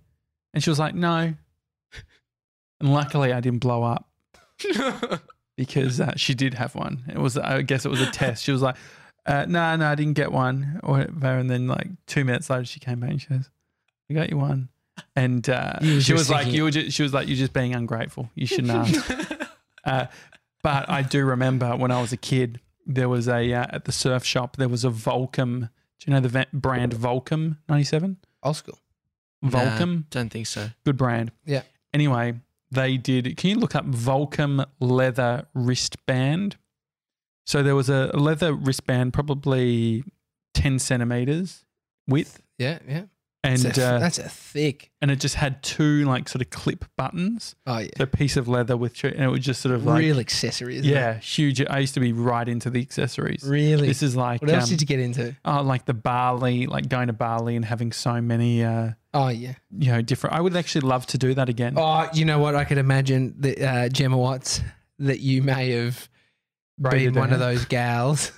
And she was like, "No." And luckily, I didn't blow up. because uh, she did have one. It was, I guess, it was a test. She was like, uh, "No, no, I didn't get one." Or whatever. And then, like two minutes later, she came back and she goes, "I got you one." And uh,
You were
she
just
was like,
thinking-
"You were," just, she was like, "You're just being ungrateful. You shouldn't ask." uh, but I do remember when I was a kid, there was a uh, at the surf shop there was a Volcom. Do you know the va- brand Volcom ninety seven?
Old school.
Volcom,
Nah, don't think so.
good brand.
Yeah.
Anyway, they did. Can you look up Volcom leather wristband? So there was a leather wristband, probably ten centimeters width,
Yeah, yeah.
and
that's, a,
uh,
that's a thick.
and it just had two like sort of clip buttons.
Oh yeah,
So a piece of leather with, two- and it was just sort of like
real accessory. Isn't
yeah, huge. I used to be right into the accessories.
it? really.
This is like
what else
um,
did you get into?
oh, like the Bali, like going to Bali and having so many, uh,
Oh yeah.
you know, different. I would actually love to do that again.
Oh, you know what? I could imagine that uh, Gemma Watts that you may have
Rated
been one of
down.
those gals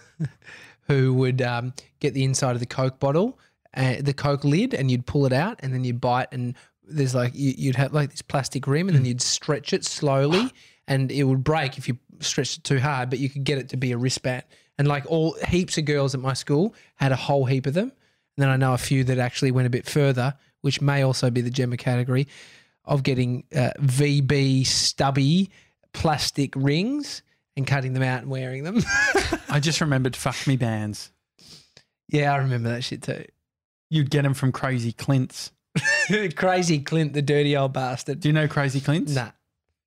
who would um, get the inside of the Coke bottle, uh, the Coke lid, and you'd pull it out, and then you bite, and there's like you, you'd have like this plastic rim, and then you'd stretch it slowly, and it would break if you stretched it too hard, but you could get it to be a wristband. And like all heaps of girls at my school had a whole heap of them, and then I know a few that actually went a bit further, which may also be the Gemma category of getting uh, VB stubby plastic rings and cutting them out and wearing them.
I just remembered fuck me bands.
yeah, I remember that shit too.
You'd get them from Crazy Clint's.
Crazy Clint, the dirty old bastard.
Do you know Crazy Clint's?
Nah.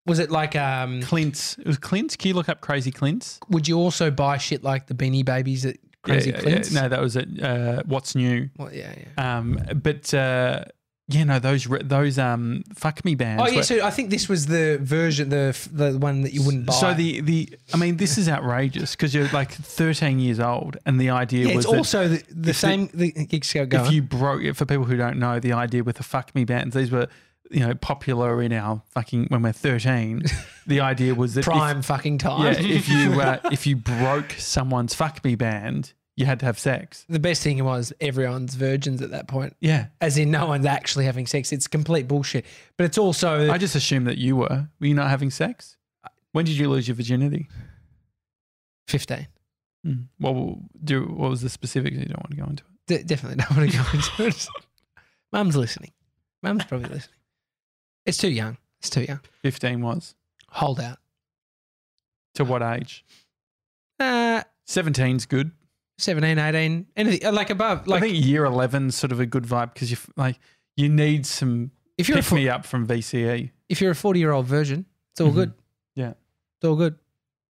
Was it like um?
Clint's. It was Clint's. Can you look up Crazy Clint's?
Would you also buy shit like the Beanie Babies at Crazy
yeah,
Clint's?
No, that was at uh, What's New.
Well, yeah, yeah.
Um, but uh, yeah, no, those re- those um, fuck me bands.
Oh yeah,
were-
so I think this was the version, the f- the one that you wouldn't buy.
So the the I mean, this is outrageous because you're like 13 years old, and the idea
yeah,
was
it's
that
also the, the same. The, the, go
if you broke it for people who don't know the idea with the fuck me bands, these were you know popular in our fucking when we're 13. the idea was that if-
prime fucking
Yeah,
time.
if you uh, if you broke someone's fuck me band, you had to have sex.
the best thing was everyone's virgins at that point.
Yeah,
as in no one's actually having sex. It's complete bullshit. But it's also
I just assumed that you were. Were you not having sex? When did you lose your virginity?
fifteen.
Hmm. Well, do what was the specifics? You don't want to go into it.
De- definitely don't want to go into it. Mum's listening. Mum's probably listening. It's too young. It's too young.
Fifteen was
Hold out.
to what age?
Uh,
Seventeen's good.
17, 18, anything uh, like above. Like
I think year eleven sort of a good vibe because you like you need some
if you're a
pick
fo-
me up from E. VCE.
if you're a forty year old virgin, it's all
Mhm.
good.
Yeah.
it's all good.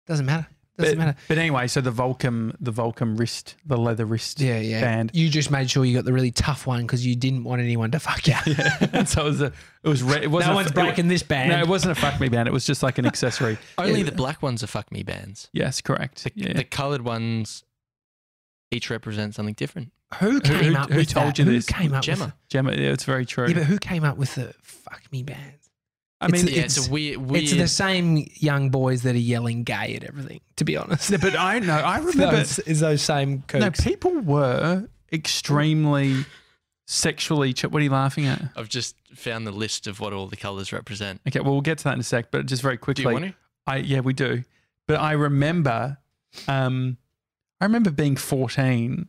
Doesn't matter. Doesn't
But,
matter.
but anyway, so the Volcom the Volcom wrist, the leather wrist.
Yeah, yeah.
band.
You just made sure you got the really tough one because you didn't want anyone to fuck you.
And so it was a, it was re- it wasn't
no
a-
one's
it-
breaking this band.
No, it wasn't a fuck me band. It was just like an accessory.
Only the black ones are fuck me bands.
yes, correct. yeah.
The coloured ones each represent something different.
who
who-
came up
who
with
told
that?
you
who
this?
came up with
Gemma.
Gemma, yeah, it's very true.
Yeah, but who came up with the fuck me bands?
I mean,
it's-
yeah, it's, a weird, weird.
It's the same young boys that are yelling gay at everything, to be honest.
yeah, but I know. I remember.
Those, it's those same
no,
kooks.
people were extremely sexually. Ch- what are you laughing at?
I've just found the list of what all the colours represent.
Okay, well, we'll get to that in a sec. But just very
Do
quickly,
you want to?
I yeah, we do. But I remember, um, I remember being fourteen,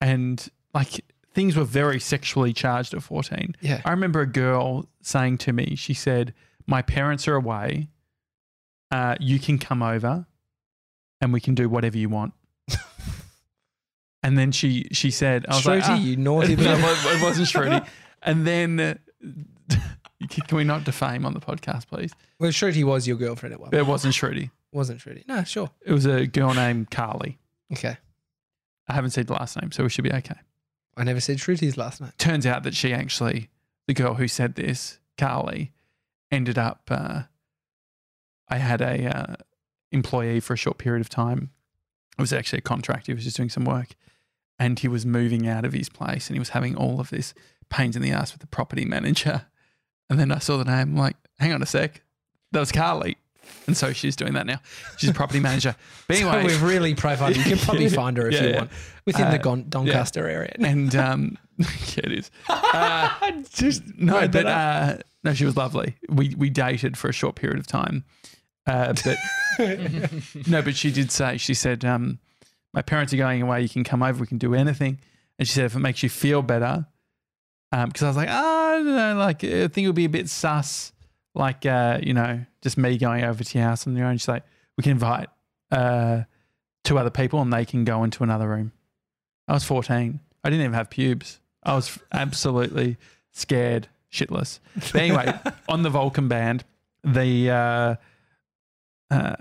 and like things were very sexually charged at fourteen.
yeah.
I remember a girl saying to me, she said, My parents are away. uh, you can come over and we can do whatever you want. and then she she said, I was
Shruti,
like, "Ah."
you naughty
no,
little.
it wa- it wasn't Shruti. And then, uh, can we not defame on the podcast, please?
Well, Shruti was your girlfriend at one.
It wasn't Shruti.
Wasn't Shruti? No, sure.
It was a girl named Carly.
Okay.
I haven't said the last name, so we should be okay.
I never said Shruti's last name.
Turns out that she actually, the girl who said this, Carly, ended up. Uh, I had a uh, employee for a short period of time. It was actually a contract. He was just doing some work, and he was moving out of his place, and he was having all of this pains in the ass with the property manager. And then I saw the name. I'm like, hang on a sec, that was Carly. And so she's doing that now. She's a property manager. But
So
anyway,
we've really profiled. You can probably find her if
Yeah,
you
yeah.
want within
Uh,
the Gon- Doncaster area.
and um, yeah, it is. Uh, just no,
made that
but uh, no, she was lovely. We we dated for a short period of time, uh, but no, but she did say she said, um, "My parents are going away. You can come over. We can do anything." And she said, "If it makes you feel better," because I was like, "Ah, I don't know, like I think it would be a bit sus, like uh, you know, just me going over to your house on your own." She's like, "We can invite uh, two other people, and they can go into another room." I was 14. I didn't even have pubes. I was absolutely scared shitless. But anyway, on the Vulcan band, the uh, uh,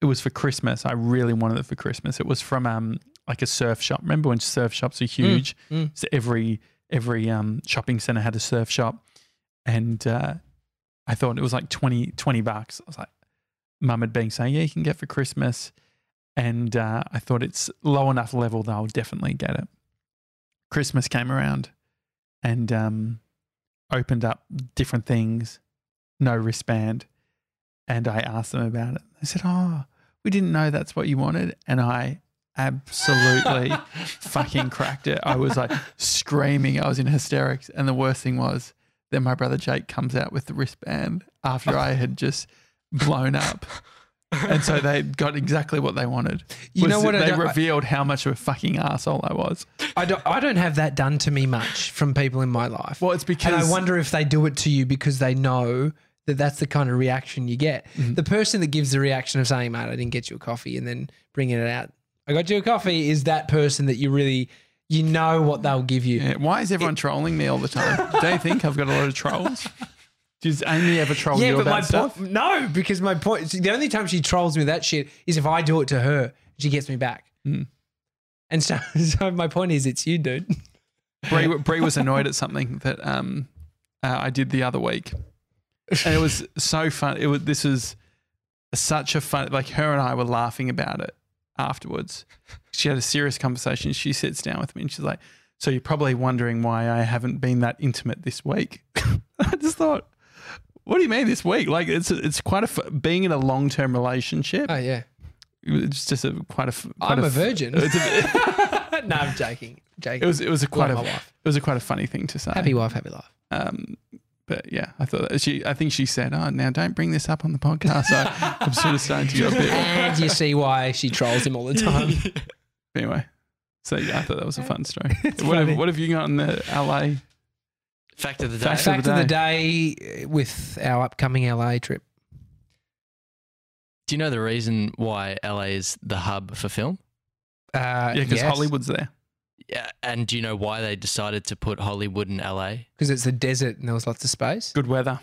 it was for Christmas. I really wanted it for Christmas. It was from um like a surf shop. Remember when surf shops are huge?
mm.
So every every um shopping center had a surf shop, and uh, I thought it was like 20, 20 bucks. I was like, Mum had been saying, yeah, you can get for Christmas, and uh, I thought it's low enough level that I'll definitely get it. Christmas came around, and um, opened up different things, no wristband. And I asked them about it. They said, Oh, we didn't know that's what you wanted. And I absolutely fucking cracked it. I was like screaming. I was in hysterics. And the worst thing was, then my brother Jake comes out with the wristband after I had just blown up. And so they got exactly what they wanted.
You
Was
know what I
They
don't- I-
revealed how much of a fucking asshole I was.
I don't. I don't have that done to me much from people in my life.
Well, it's because
and I wonder if they do it to you because they know that that's the kind of reaction you get. The person that gives the reaction of saying, "Mate, I didn't get you a coffee," and then bringing it out, "I got you a coffee," is that person that you really, you know what they'll give you.
Yeah, why is everyone trolling me all the time? Do you think I've got a lot of trolls? Does Amy ever troll you about
my
Oh, stuff?
point, no, because my point. The only time she trolls me with that shit is if I do it to her, she gets me back.
Hmm.
And so, so my point is, it's you, dude.
Bree, Bree was annoyed at something that um, uh, I did the other week, and it was so fun. It was this is such a fun. Like her and I were laughing about it afterwards. She had a serious conversation. She sits down with me and she's like, "So you're probably wondering why I haven't been that intimate this week." I just thought, "What do you mean this week? Like it's it's quite a fu- being in a long term relationship."
Oh yeah,
it's just a quite a f- quite
I'm a
f-
virgin.
it's a-
no, I'm joking.
it
Joking.
was it was a quite a
my
it
wife.
was a quite a funny thing to say.
happy wife, happy life.
Um, but yeah, I thought that she. I think she said, "Oh, now don't bring this up on the podcast." So I'm sort of starting to get a bit.
And you see why she trolls him all the time.
Anyway, so yeah, I thought that was a fun story. What have,
funny.
what have you got in the
Uh,
LA?
Fact of the day.
Fact
Fact of the day with our upcoming LA trip.
Do you know the reason why LA is the hub for film?
Uh,
Yeah, because Hollywood's there.
Yeah, and do you know why they decided to put Hollywood in LA?
because it's the desert and there was lots of space.
Good weather.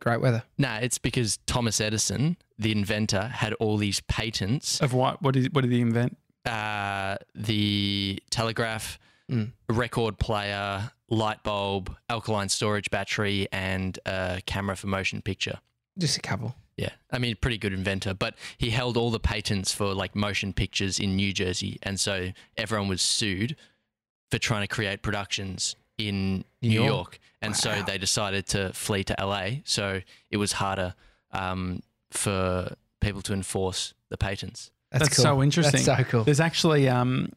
Great weather.
Nah, it's because Thomas Edison, the inventor, had all these patents.
Of what? What did what did he invent?
Uh, the telegraph,
Mm.
record player, light bulb, alkaline storage battery, and a camera for motion picture.
Just a couple.
Yeah, I mean, pretty good inventor, but he held all the patents for like motion pictures in New Jersey, and so everyone was sued for trying to create productions in New York,
York.
and so they decided to flee to LA. So it was harder um, for people to enforce the patents.
That's,
That's
cool.
so interesting.
That's so cool.
There's actually um,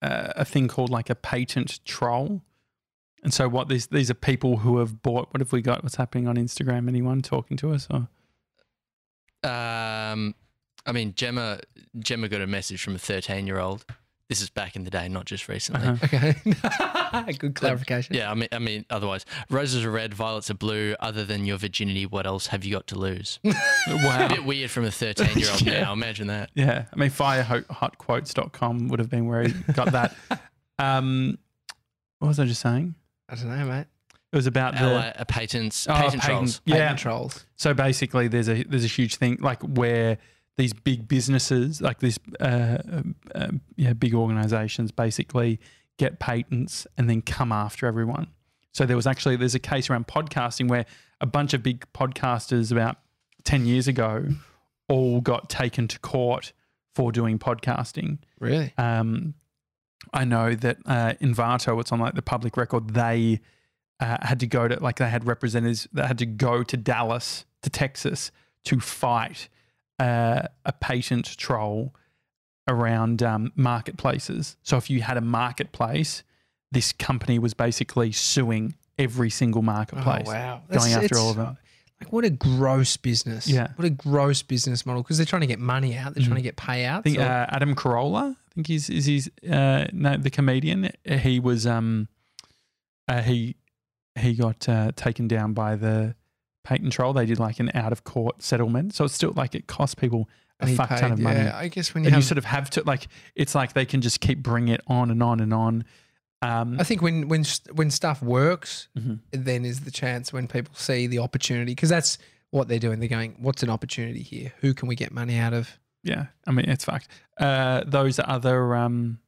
uh, a thing called like a patent troll. And so what these these are people who have bought what have we got? What's happening on Instagram? Anyone talking to us or
Um, I mean, Gemma Gemma got a message from a thirteen-year-old This is back in the day, not just recently.
Uh-huh.
Okay. Good clarification.
Yeah, I mean, I mean, otherwise, roses are red, violets are blue. Other than your virginity, what else have you got to lose? a
Wow.
bit weird from a thirteen-year-old now. Imagine that.
Yeah. I mean, firehotquotes.com would have been where he got that. um, what was I just saying?
I don't know, mate.
It was about the.
LA, uh, patents,
Oh,
patent
patent-
trolls.
Patent
Yeah.
trolls.
So basically, there's a there's a huge thing like where these big businesses, like these uh, uh, yeah, big organisations, basically get patents and then come after everyone. So there was actually there's a case around podcasting where a bunch of big podcasters about ten years ago all got taken to court for doing podcasting.
Really?
Um, I know that uh, Invato, it's on like the public record, they uh, had to go to, like, they had representatives that had to go to Dallas, to Texas, to fight uh, a patent troll around um, marketplaces. So if you had a marketplace, this company was basically suing every single marketplace,
Oh, wow.
going
It's-
after all of
it's-
them.
Like, what a gross business.
Yeah. Mm.
What a gross business model because they're trying to get money out. They're trying to get payouts.
I think
or-
uh, Adam Carolla. I think he's is he's uh, no, the comedian. He was um, uh, he he got uh, taken down by the patent troll. They did like an out of court settlement, so it's still like it costs people a
and he
fuck ton
paid-
of money.
Yeah, I guess when you
and you
have
sort of have to like it's like they can just keep bringing it on and on and on. Um,
I think when when s- when stuff works,
Mhm.
then is the chance when people see the opportunity because that's what they're doing. They're going, "What's an opportunity here? Who can we get money out of?"
yeah, I mean it's fucked. Uh, those other um,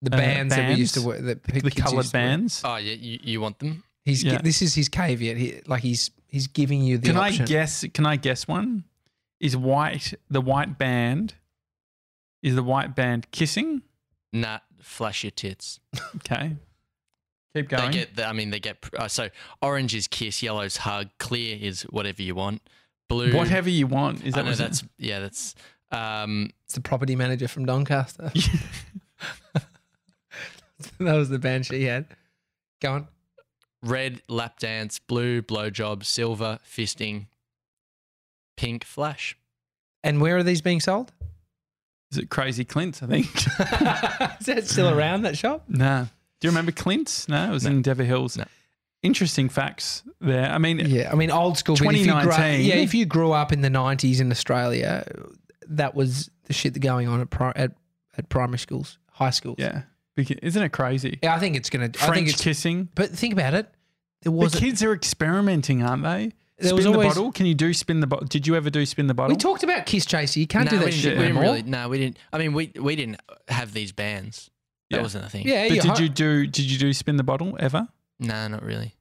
The
Uh,
bands, that we used to
bands?
work, that pe-
the
kids
coloured
used to work.
bands.
Oh yeah, you, you want them?
He's gi-
Yeah.
this is his caveat. He, like he's he's giving you the
Can
option.
I guess? Can I guess one? Is white the white band? Is the white band kissing?
Nah, flash your tits.
Okay, keep
They
going.
get. The, I mean, they get. pr- Uh, so orange is kiss, yellow's hug, clear is whatever you want, blue.
Whatever you want. Is
I
that
know
what
that's yeah. That's um.
It's the property manager from Doncaster. that was the band she had. Go on.
Red lap dance, blue blowjob, silver fisting, pink flash.
And where are these being sold?
Is it Crazy Clint's? I think.
is that still around that shop?
nah. Do you remember Clint's? No, it was in Dever Hills.
No.
Interesting facts there. I mean,
Yeah, I mean, old school. but if you grew up-
2019.
yeah, if you grew up in the '90s in Australia, that was the shit that going on at pri- at, at primary schools, high schools.
yeah. Beca- Isn't it crazy?
yeah. I think it's gonna. I think
French
it's.
kissing.
But think about it.
The
There was.
kids are experimenting, aren't they?
There
spin
was
the
always-
bottle. Can you do spin the bottle? Did you ever do spin the bottle?
we talked about Kiss Chaser. You can't
Nah,
do
we
that
didn't-
shit
we didn't
anymore.
really. No, we didn't. I mean, we we didn't have these bands. That
Yeah.
wasn't a thing.
yeah.
but
you
did
ho-
you do? Did you do spin the bottle ever?
Nah, not really.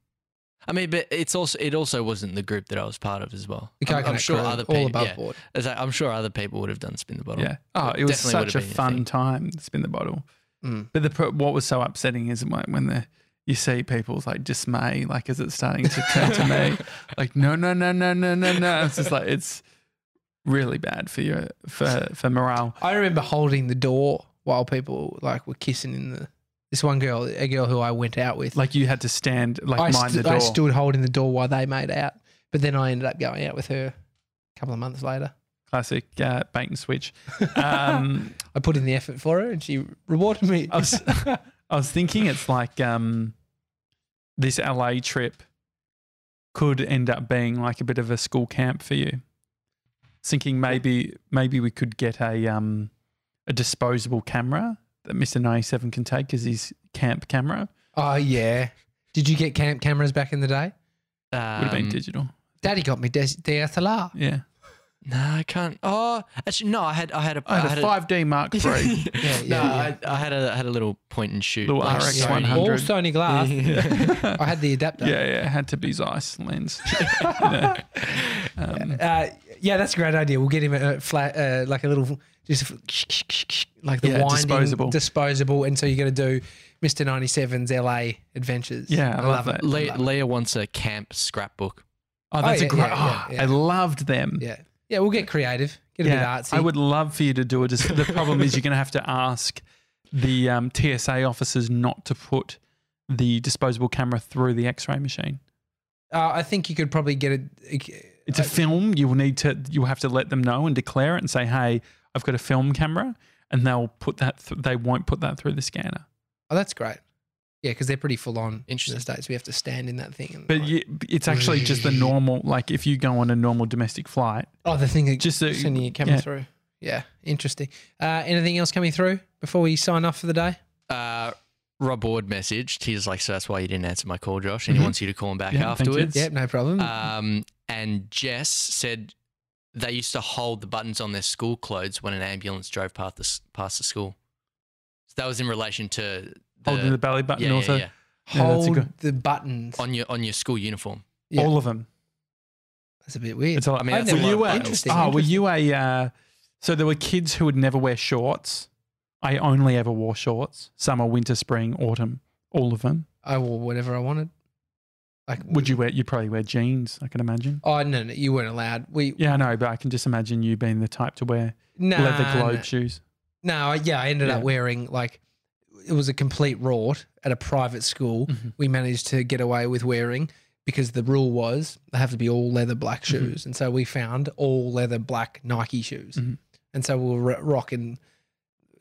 I mean, but it's also it also wasn't the group that I was part of as well.
The
I'm- I'm,
Coconut
sure
Crew,
other
all
people.
above
yeah,
board.
It's like, I'm sure other people would have done spin the bottle.
Yeah. Oh, it was
Definitely would
such a
have been a
fun
thing.
time to spin the bottle.
Mm.
But the pro- what was so upsetting is when when the you see people's like dismay, like is it starting to turn to me? Like no, no, no, no, no, no, no. It's just like it's really bad for your for for morale.
I remember holding the door while people like were kissing in the. This one girl, a girl who I went out with,
Like you had to stand like
I,
mind
stu-
the door.
I stood holding the door while they made out. But then I ended up going out with her a couple of months later.
Classic uh, bait and switch. Um,
I put in the effort for her and she rewarded me.
I was I was thinking it's like um, this LA trip could end up being like a bit of a school camp for you. Thinking maybe maybe we could get a um, a disposable camera that Mister Ninety Seven can take as his camp camera.
oh, yeah. Did you get camp cameras back in the day?
Would have been
Um,
digital.
Daddy got me des- DSLR.
Yeah,
Nah, I can't. Oh, actually, no. I had I had a
I had a five D Mark III.
Yeah, yeah,
no,
yeah.
I, I had a I had a little point and shoot.
Little
like
RX
Sony.
100.
All Sony glass. I had the adapter.
yeah, yeah, it had to be Zeiss lens.
Uh, yeah, that's a great idea. We'll get him a, a flat, uh, like a little, just like the
Yeah,
winding
disposable.
disposable. And so you're going to do Mr. 97's LA adventures.
Yeah, I love that.
Le- Leah wants a camp scrapbook.
Oh, that's
yeah,
a great.
yeah, yeah,
I loved them.
Yeah. Yeah, we'll get creative, get a bit artsy.
I would love for you to do it. Just, the problem is you're going to have to ask the um, TSA officers not to put the disposable camera through the X-ray machine.
Uh, I think you could probably get it.
It's a film. You will need to. You will have to let them know and declare it and say, "Hey, I've got a film camera." and they'll put that th- they won't put that through the scanner.
Oh, that's great. Yeah, because they're pretty full on in the
Interesting.
states. We have to stand in that thing. And
But
like-
you, it's actually just the normal like if you go on a normal domestic flight,
oh, the thing that
just a-
sending you coming
yeah.
through. Yeah, interesting. Uh, anything else coming through before we sign off for the day?
Uh, Rob Ward messaged. He's like, so that's why you didn't answer my call, Josh, and he wants you to call him back
Mm-hmm. Yeah, thank you. Mm.
afterwards.
Yep, no problem.
Um, and Jess said they used to hold the buttons on their school clothes when an ambulance drove past the, s- past the school. So that was in relation to the,
holding the belly button
yeah, yeah,
also
yeah.
yeah, that's a
Hold
good-
the buttons.
on your on your school uniform.
Yeah.
all of them.
That's a bit weird.
It's a lot.
I mean,
I've
that's
were
a lot
you
of
a,
interesting.
oh, were you a uh, so there were kids who would never wear shorts. I only ever wore shorts, summer, winter, spring, autumn, all of them.
I wore whatever I wanted. Like,
Would you wear you probably wear jeans, I can imagine.
Oh no, no, you weren't allowed. We
Yeah, I know, but I can just imagine you being the type to wear
no
leather globe shoes.
No, I- yeah, I ended up
Yeah.
wearing like it was a complete rort at a private school.
Mhm.
We managed to get away with wearing because the rule was they have to be all leather black shoes, and so we found all leather black Nike shoes,
Mhm.
and so we were ro- rocking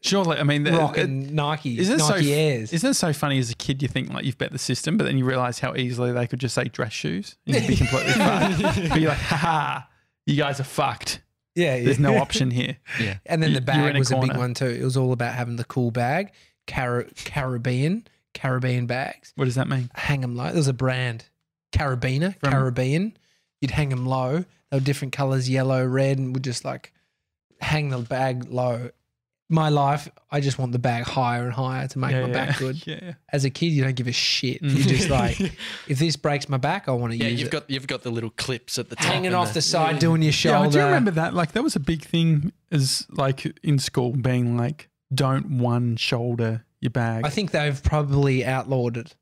Surely, I mean, the-
rocking Nike
isn't it so
Nike
f-
Airs.
Isn't it so funny as a kid you think like you've bet the system, but then you realize how easily they could just say dress shoes and you'd be completely fucked. But you're like, haha, you guys are fucked.
yeah, yeah,
There's no option here.
Yeah.
And then
You-
the
you're
bag
in a
was a big
corner.
one too. It was all about having the cool bag, Car- Caribbean Caribbean bags.
What does that mean?
hang them low. There was a brand, Carabiner,
From-
Caribbean. You'd hang them low. They were different colors, yellow, red, and would just like hang the bag low. My life, I just want the bag higher and higher to make
Yeah,
my
yeah.
back good.
Yeah.
As a kid, you don't give a shit.
Mm.
You're just like, if this breaks my back, I want to
Yeah,
use
you've
it.
got you've got the little clips at the top
Hanging
and
off the side, doing your
Yeah,
shoulder.
I do remember that. Like that was a big thing as like in school being like, don't one shoulder your bag.
I think they've probably outlawed it.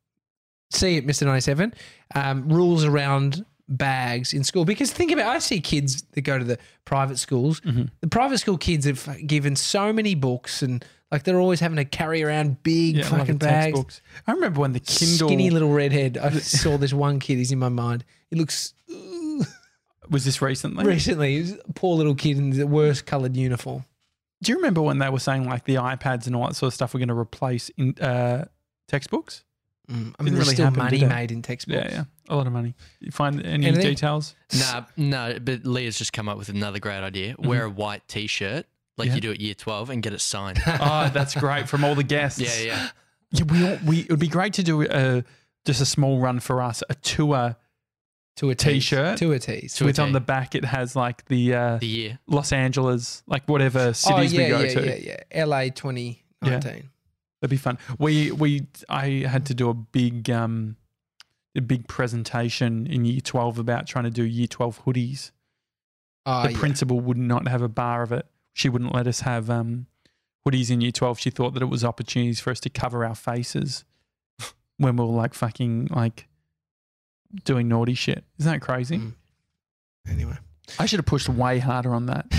See it, Mr. 97. Um, rules around bags in school. Because think about I see kids that go to the private schools.
Mhm.
The private school kids have given so many books and like they're always having to carry around big
yeah, like the
fucking bags.
textbooks. I remember when the Kindle
Skinny little redhead. I saw this one kid. He's in my mind. He looks
was this recently.
recently. He was a poor little kid in the worst coloured uniform.
Do you remember when they were saying like the iPads and all that sort of stuff were going to replace in uh, textbooks?
Mm. I
Didn't
mean, there's
really
still
happen,
money
did it?
made in
Yeah,
textbooks.
yeah, a lot of money. You find any
Anything?
details?
Nah, no, but Leah's just come up with another great idea. Wear a white t shirt like
Mm-hmm. Yeah.
you do at year twelve and get it signed.
oh, that's great from all the guests.
yeah, yeah.
Yeah, we, all, we it would be great to do a just a small run for us, a tour
To a
T-shirt.
To a tease.
To a
with on
T.
the back it has like the uh,
The year.
Los Angeles, like whatever cities
oh, yeah,
we go
yeah,
to.
Yeah, yeah, LA 2019.
That'd be fun. We we I had to do a big um a big presentation in year twelve about trying to do year twelve hoodies.
Oh,
the
yeah.
principal would not have a bar of it. She wouldn't let us have um, hoodies in year 12. She thought that it was opportunities for us to cover our faces when we were like fucking like doing naughty shit. Isn't that crazy?
Mm. Anyway,
I should have pushed way harder on that.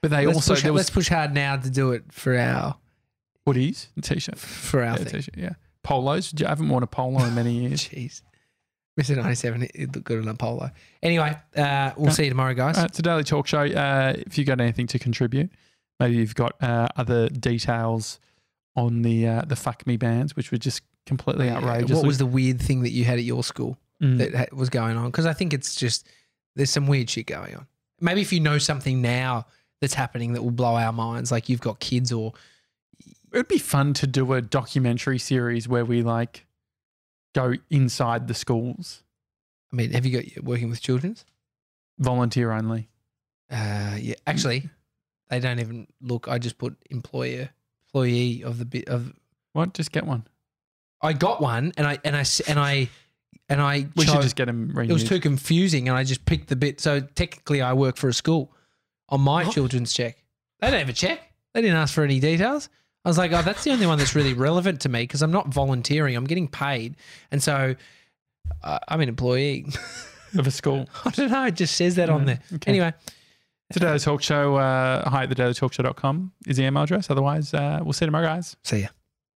But they
let's,
also,
push,
there
let's
was
push hard now to do it for our
hoodies and t-shirt.
for our
Yeah,
thing.
t-shirt, yeah. Polos. I haven't worn a polo in many years.
Jeez, Mister ninety seven, it, it looked good on a polo. Anyway, uh, we'll see you tomorrow, guys.
Uh, it's a daily talk show. Uh, if you got anything to contribute, maybe you've got uh, other details on the uh, the fuck me bands, which were just completely outrageous.
What was the weird thing that you had at your school
Mm.
that ha- was going on? Because I think it's just there's some weird shit going on. Maybe if you know something now that's happening that will blow our minds, like you've got kids or
It'd be fun to do a documentary series where we like go inside the schools,
I mean, have you got you're working with childrens?
volunteer only.
Uh,
Hmm.
yeah, actually, they don't even look. I just put employer, employee of the bit of.
What? Just get one.
I got one, and I and I s- and I and I.
We should
chose-
just get them renewed.
It was too confusing, and I just picked the bit. So technically, I work for a school on my children's check. They don't have a check. They didn't ask for any details. I was like, oh, that's the only one that's really relevant to me because I'm not volunteering. I'm getting paid, and so uh, I'm an employee.
of a school.
I don't know. It just says that on
Yeah,
there.
okay.
Anyway,
Today's talk show. Uh, hi at the daily talk show.com is the email address. Otherwise, uh, we'll see you tomorrow, guys.
see ya.